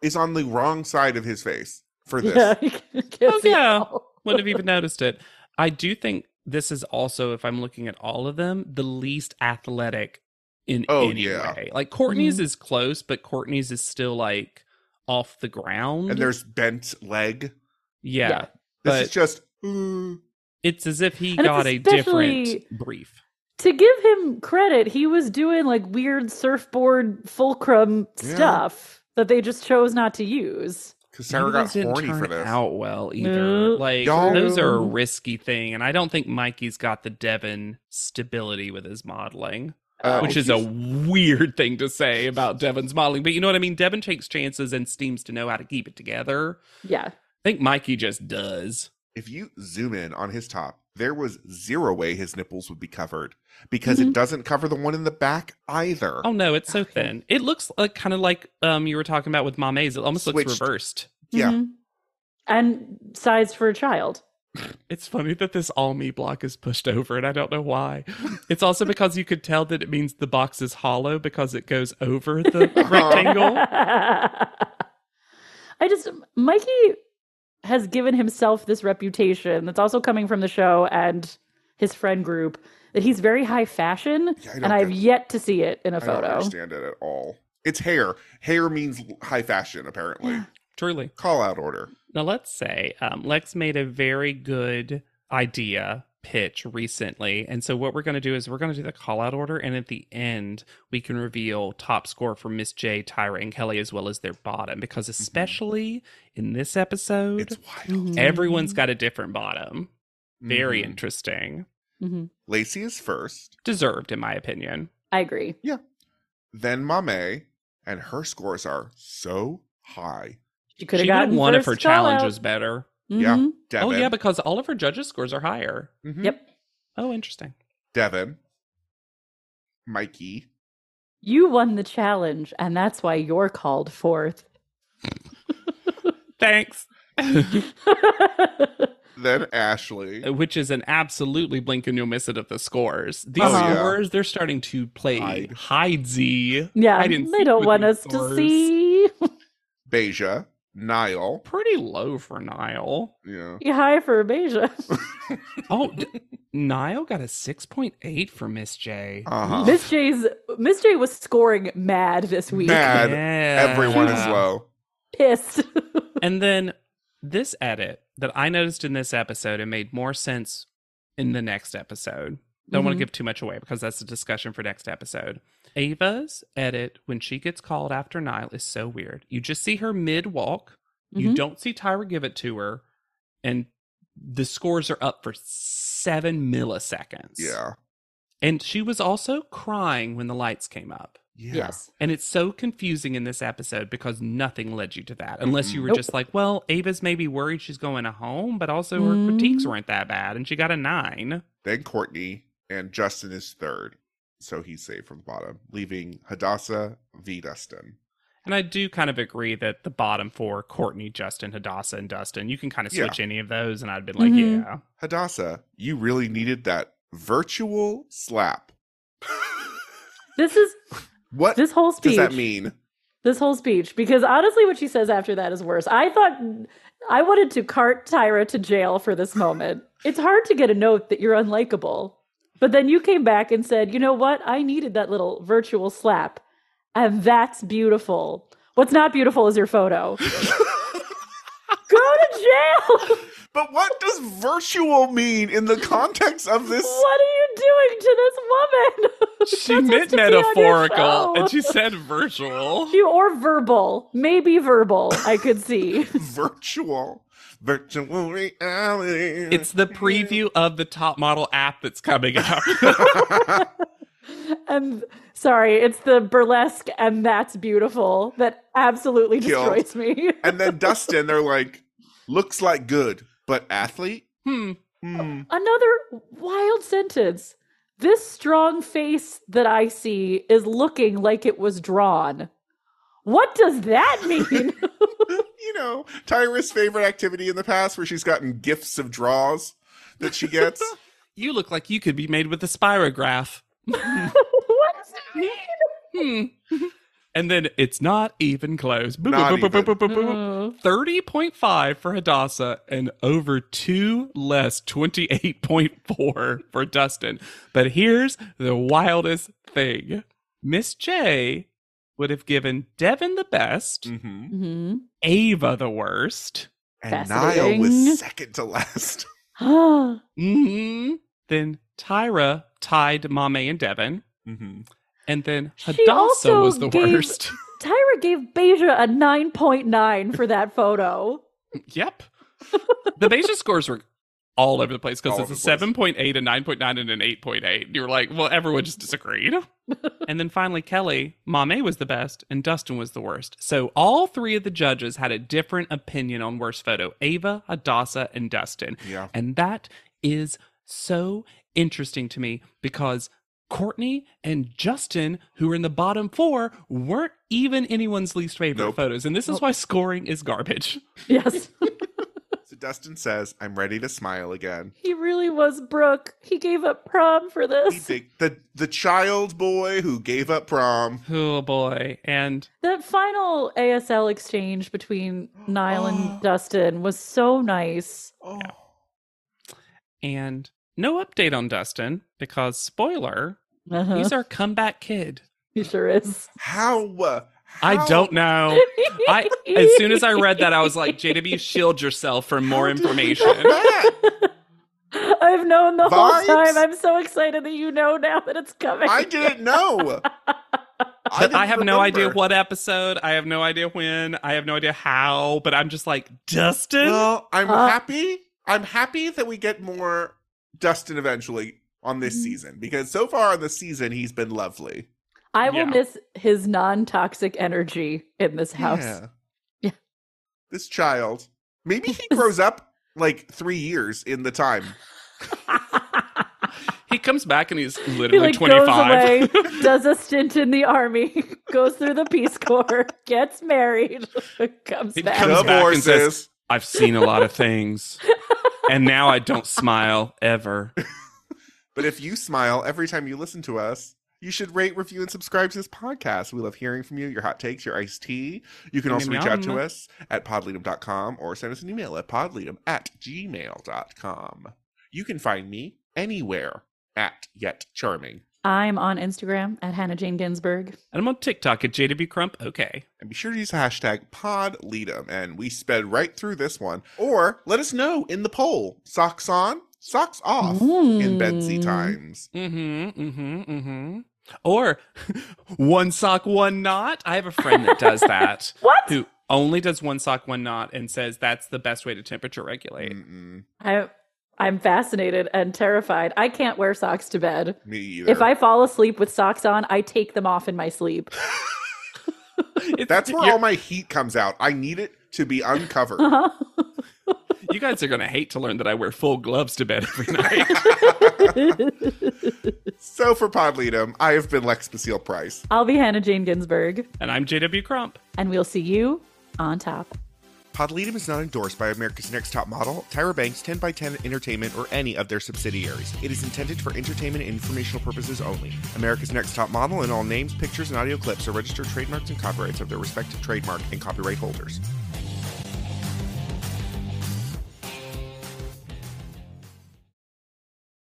S1: is on the wrong side of his face for this.
S3: Yeah, you can- can't
S2: Oh,
S3: see it
S2: yeah.
S3: all.
S2: Wouldn't have even noticed it. I do think this is also, if I'm looking at all of them, the least athletic in
S1: Oh,
S2: any
S1: yeah.
S2: way. Like Courtney's
S3: Mm-hmm.
S2: is close, but Courtney's is still like off the ground.
S1: And there's bent leg.
S2: yeah,
S3: Yeah.
S1: This
S2: but
S1: is just. uh,
S2: it's as if he
S3: And it's
S2: got a different
S3: especially-
S2: brief.
S3: To give him credit, he was doing like weird surfboard fulcrum
S1: Yeah.
S3: stuff that they just chose not to use.
S1: Because
S2: Maybe
S1: Sarah got
S2: those didn't
S1: horny for
S2: turn
S1: this.
S2: Out well either.
S3: No.
S2: Like
S1: Y'all-
S2: those are a risky thing, and I don't think Mikey's got the Devon stability with his modeling,
S1: Uh,
S2: which is a weird thing to say about Devon's modeling. But you know what I mean. Devon takes chances and seems to know how to keep it together.
S3: Yeah.
S2: I think Mikey just does.
S1: If you zoom in on his top, there was zero way his nipples would be covered because
S3: Mm-hmm.
S1: it doesn't cover the one in the back either.
S2: Oh no, it's so thin. It looks like kind of like um you were talking about with Mame's. It almost looks
S1: Switched.
S2: reversed.
S1: Yeah.
S3: Mhm. And size for a child.
S2: It's funny that this all me block is pushed over, and I don't know why. It's also because you could tell that it means the box is hollow because it goes over the rectangle.
S3: I just Mikey has given himself this reputation that's also coming from the show and his friend group that he's very high fashion
S1: Yeah, I don't
S3: and I've
S1: get-
S3: yet to see it in a
S1: I don't
S3: photo.
S1: understand it at all. It's hair. Hair means high fashion, apparently.
S2: Truly.
S1: Call out order.
S2: Now, let's say um, Lex made a very good idea pitch recently. And so, what we're going to do is we're going to do the call out order. And at the end, we can reveal top score for Miss J, Tyra, and Kelly, as well as their bottom, because especially in this
S3: Mm-hmm.
S2: episode,
S1: It's wild.
S2: everyone's got a different bottom.
S3: Mm-hmm.
S2: Very
S1: Mhm.
S2: interesting.
S3: Mhm.
S1: Lacey is first,
S2: Deserved, in my opinion.
S3: I agree.
S1: then Mame, and her scores are so high.
S3: She could have
S2: she would've
S3: gotten
S2: one of her
S3: first call out.
S2: challenges better.
S1: Yeah.
S3: Mhm.
S1: Devin.
S2: Oh, yeah, because all of her judges' scores are higher.
S1: Mhm.
S3: Yep.
S2: Oh, interesting.
S1: Devin, Mikey,
S3: You won the challenge and that's why you're called forth.
S2: Thanks.
S1: then Ashley.
S2: which is an absolutely blink and you'll miss it at the scores. These
S1: Oh, yeah.
S2: scores, they're starting to play
S1: Hide.
S2: hidesy.
S3: yeah.
S2: I didn't
S3: they
S2: see
S3: don't
S2: with
S3: want
S2: these
S3: us
S2: scores.
S3: to see.
S1: Beja, Niall.
S2: Pretty low for Niall.
S1: Yeah.
S3: You high for Beja.
S2: Oh, d- Niall got a 6.8 for Miss J.
S1: Uh huh.
S3: Miss J's Miss J was scoring mad this week.
S1: Mad.
S2: Yeah.
S1: Everyone is low.
S3: Pissed.
S2: And then this edit that I noticed in this episode and made more sense in the next episode. Don't want to
S3: Mhm.
S2: give too much away because that's a discussion for next episode. Ava's edit when she gets called after Nile is so weird. You just see her mid walk. You
S3: Mhm.
S2: don't see Tyra give it to her, and the scores are up for seven milliseconds.
S1: Yeah.
S2: and she was also crying when the lights came up.
S1: Yeah.
S3: Yes.
S2: And it's so confusing in this episode because nothing led you to that, unless you were
S3: Nope.
S2: just like, well, Ava's maybe worried she's going to home, but also her
S3: Mm.
S2: critiques weren't that bad, and she got a nine.
S1: Then Courtney, and Justin is third. So he's saved from the bottom, leaving Hadassah v. Dustin.
S2: And I do kind of agree that the bottom four, Courtney, Justin, Hadassah, and Dustin, you can kind of
S1: Yeah.
S2: switch any of those, and I'd been like,
S3: Mhm.
S2: yeah.
S1: Hadassah, you really needed that virtual slap.
S3: This is
S1: What
S3: this whole
S1: does
S3: speech.
S1: that mean?
S3: This whole speech, because honestly, what she says after that is worse. I thought I wanted to cart Tyra to jail for this moment. it's hard to get a note that you're unlikable, but then you came back and said, "You know what? I needed that little virtual slap, and that's beautiful. What's not beautiful is your photo. Go to jail.
S1: But what does virtual mean in the context of this?
S3: what are you doing to this woman? It's
S2: She
S3: not supposed
S2: meant
S3: to be on your
S2: metaphorical and
S3: show.
S2: she said virtual.
S3: You or verbal, maybe verbal. I could see.
S1: virtual, virtual reality.
S2: It's the preview of the top model app that's coming up.
S3: And sorry, it's the burlesque and that's beautiful that absolutely
S1: Killed.
S3: destroys me.
S1: and then Dustin, they're like, looks like good, but athlete.
S2: hmm.
S1: Hmm.
S3: Another wild sentence. This strong face that I see is looking like it was drawn. What does that mean?
S1: You know, Tyra's favorite activity in the past, where she's gotten gifts of draws that she gets.
S2: You look like you could be made with a spirograph.
S3: what does that mean?
S2: Hmm. And then it's not even close. Boop,
S1: Not
S2: boop, boop,
S1: even.
S2: boop, boop, boop, boop. 30.5 for Hadassah and over two less, 28.4 for Dustin. But here's the wildest thing Miss J would have given Devin the best,
S1: hmm
S3: Mm-hmm.
S2: Ava the worst,
S1: And Niall
S3: Fascinating.
S1: was second to last.
S2: mm then Tyra tied Mame and Devin, Mm-hmm.
S1: hmm
S2: and then
S3: She
S2: Hadassah
S3: also
S2: was the
S3: gave-
S2: worst.
S3: Tyra gave Beja a 9.9 for that photo.
S2: Yep. the Bayesian scores were all over the place because
S1: All
S2: it's a
S1: over the place.
S2: 7.8, a 9.9, and an 8.8. You were like, well, everyone just disagreed. and then finally, Kelly, Mame was the best and Dustin was the worst. So all three of the judges had a different opinion on worst photo Ava, Hadassah, and Dustin.
S1: Yeah.
S2: And that is so interesting to me because Courtney and Justin, who were in the bottom four, weren't even anyone's least favorite
S1: Nope.
S2: photos. And this is why scoring is garbage.
S3: Yes.
S1: So Dustin says, "I'm ready to smile again."
S3: he really was Brooke. He gave up prom for
S1: He
S3: this.
S1: think the the child boy who gave up prom.
S2: Oh boy. And
S3: That final ASL exchange between Niall and Dustin was so nice.
S1: Oh,
S2: and no update on Dustin because spoiler,
S3: Uh-huh.
S2: he's our comeback kid.
S3: he sure is.
S1: how, uh,
S2: I
S1: how-
S2: don't know. Oh, I as soon as I read that I was like, JW, shield yourself for more
S1: how did you
S2: information.
S1: know that?
S3: I've known the
S1: Vibes?
S3: whole time. I'm so excited that you know now that it's coming.
S1: I didn't know.
S2: I,
S1: didn't
S2: have no idea
S1: remember.
S2: what episode. I have no idea when. I have no idea how, but I'm just like, Dustin?
S1: Well, I'm
S3: Uh,
S1: happy. I'm happy that we get more Dustin eventually on this
S3: Mhm.
S1: season because so far on this season he's been lovely.
S3: I will
S2: Yeah.
S3: miss his non-toxic energy in this house. Yeah.
S1: This child. Maybe he grows up like three years in the time.
S2: he comes back and he's
S3: he
S2: literally
S3: like
S2: 25.
S3: goes away, does a stint in the army, goes through the Peace Corps, gets married, comes
S2: He
S3: back.
S2: comes-
S1: The
S2: back and says-
S1: horses.
S2: I've seen a lot of things. and now I don't smile ever.
S1: But if you smile every time you listen to us, you should rate, review, and subscribe to this podcast. We love hearing from you, your hot takes, your iced tea. You can also reach out to
S2: Yum.
S1: us at podleadum.com or send us an email at podleadum at gmail.com. You can find me anywhere at Yet Charming.
S3: I'm on Instagram at Hannah Jane Ginsburg.
S2: And I'm on TikTok at JW Crump. Okay.
S1: And be sure to use the hashtag podleadum. And we sped right through this one. Or let us know in the poll socks on, socks off in Betsy
S3: Mm.
S1: times.
S2: Mm-hmm. Mm-hmm. Mm-hmm. Or one sock, one knot. I have a friend that does that.
S3: What?
S2: Who only does one sock, one knot and says that's the best way to temperature regulate.
S1: Mm-mm,
S3: I, I'm fascinated and terrified. I can't wear socks to bed.
S1: me either.
S3: If I fall asleep with socks on, I take them off in my sleep.
S2: It's-
S1: That's where
S2: you're-
S1: all my heat comes out. I need it to be uncovered.
S3: Uh-huh.
S2: you guys are gonna hate to learn that I wear full gloves to bed every night.
S1: So for Podleadum, I have been Lex Basile Price.
S3: I'll be Hannah Jane Ginsburg,
S2: and I'm JW Crump.
S3: and we'll see you on top.
S1: Podleadum is not endorsed by America's Next Top Model, Tyra Banks, 10 by 10 Entertainment, or any of their subsidiaries. It is intended for entertainment and informational purposes only. America's Next Top Model and all names, pictures, and audio clips are registered trademarks and copyrights of their respective trademark and copyright holders.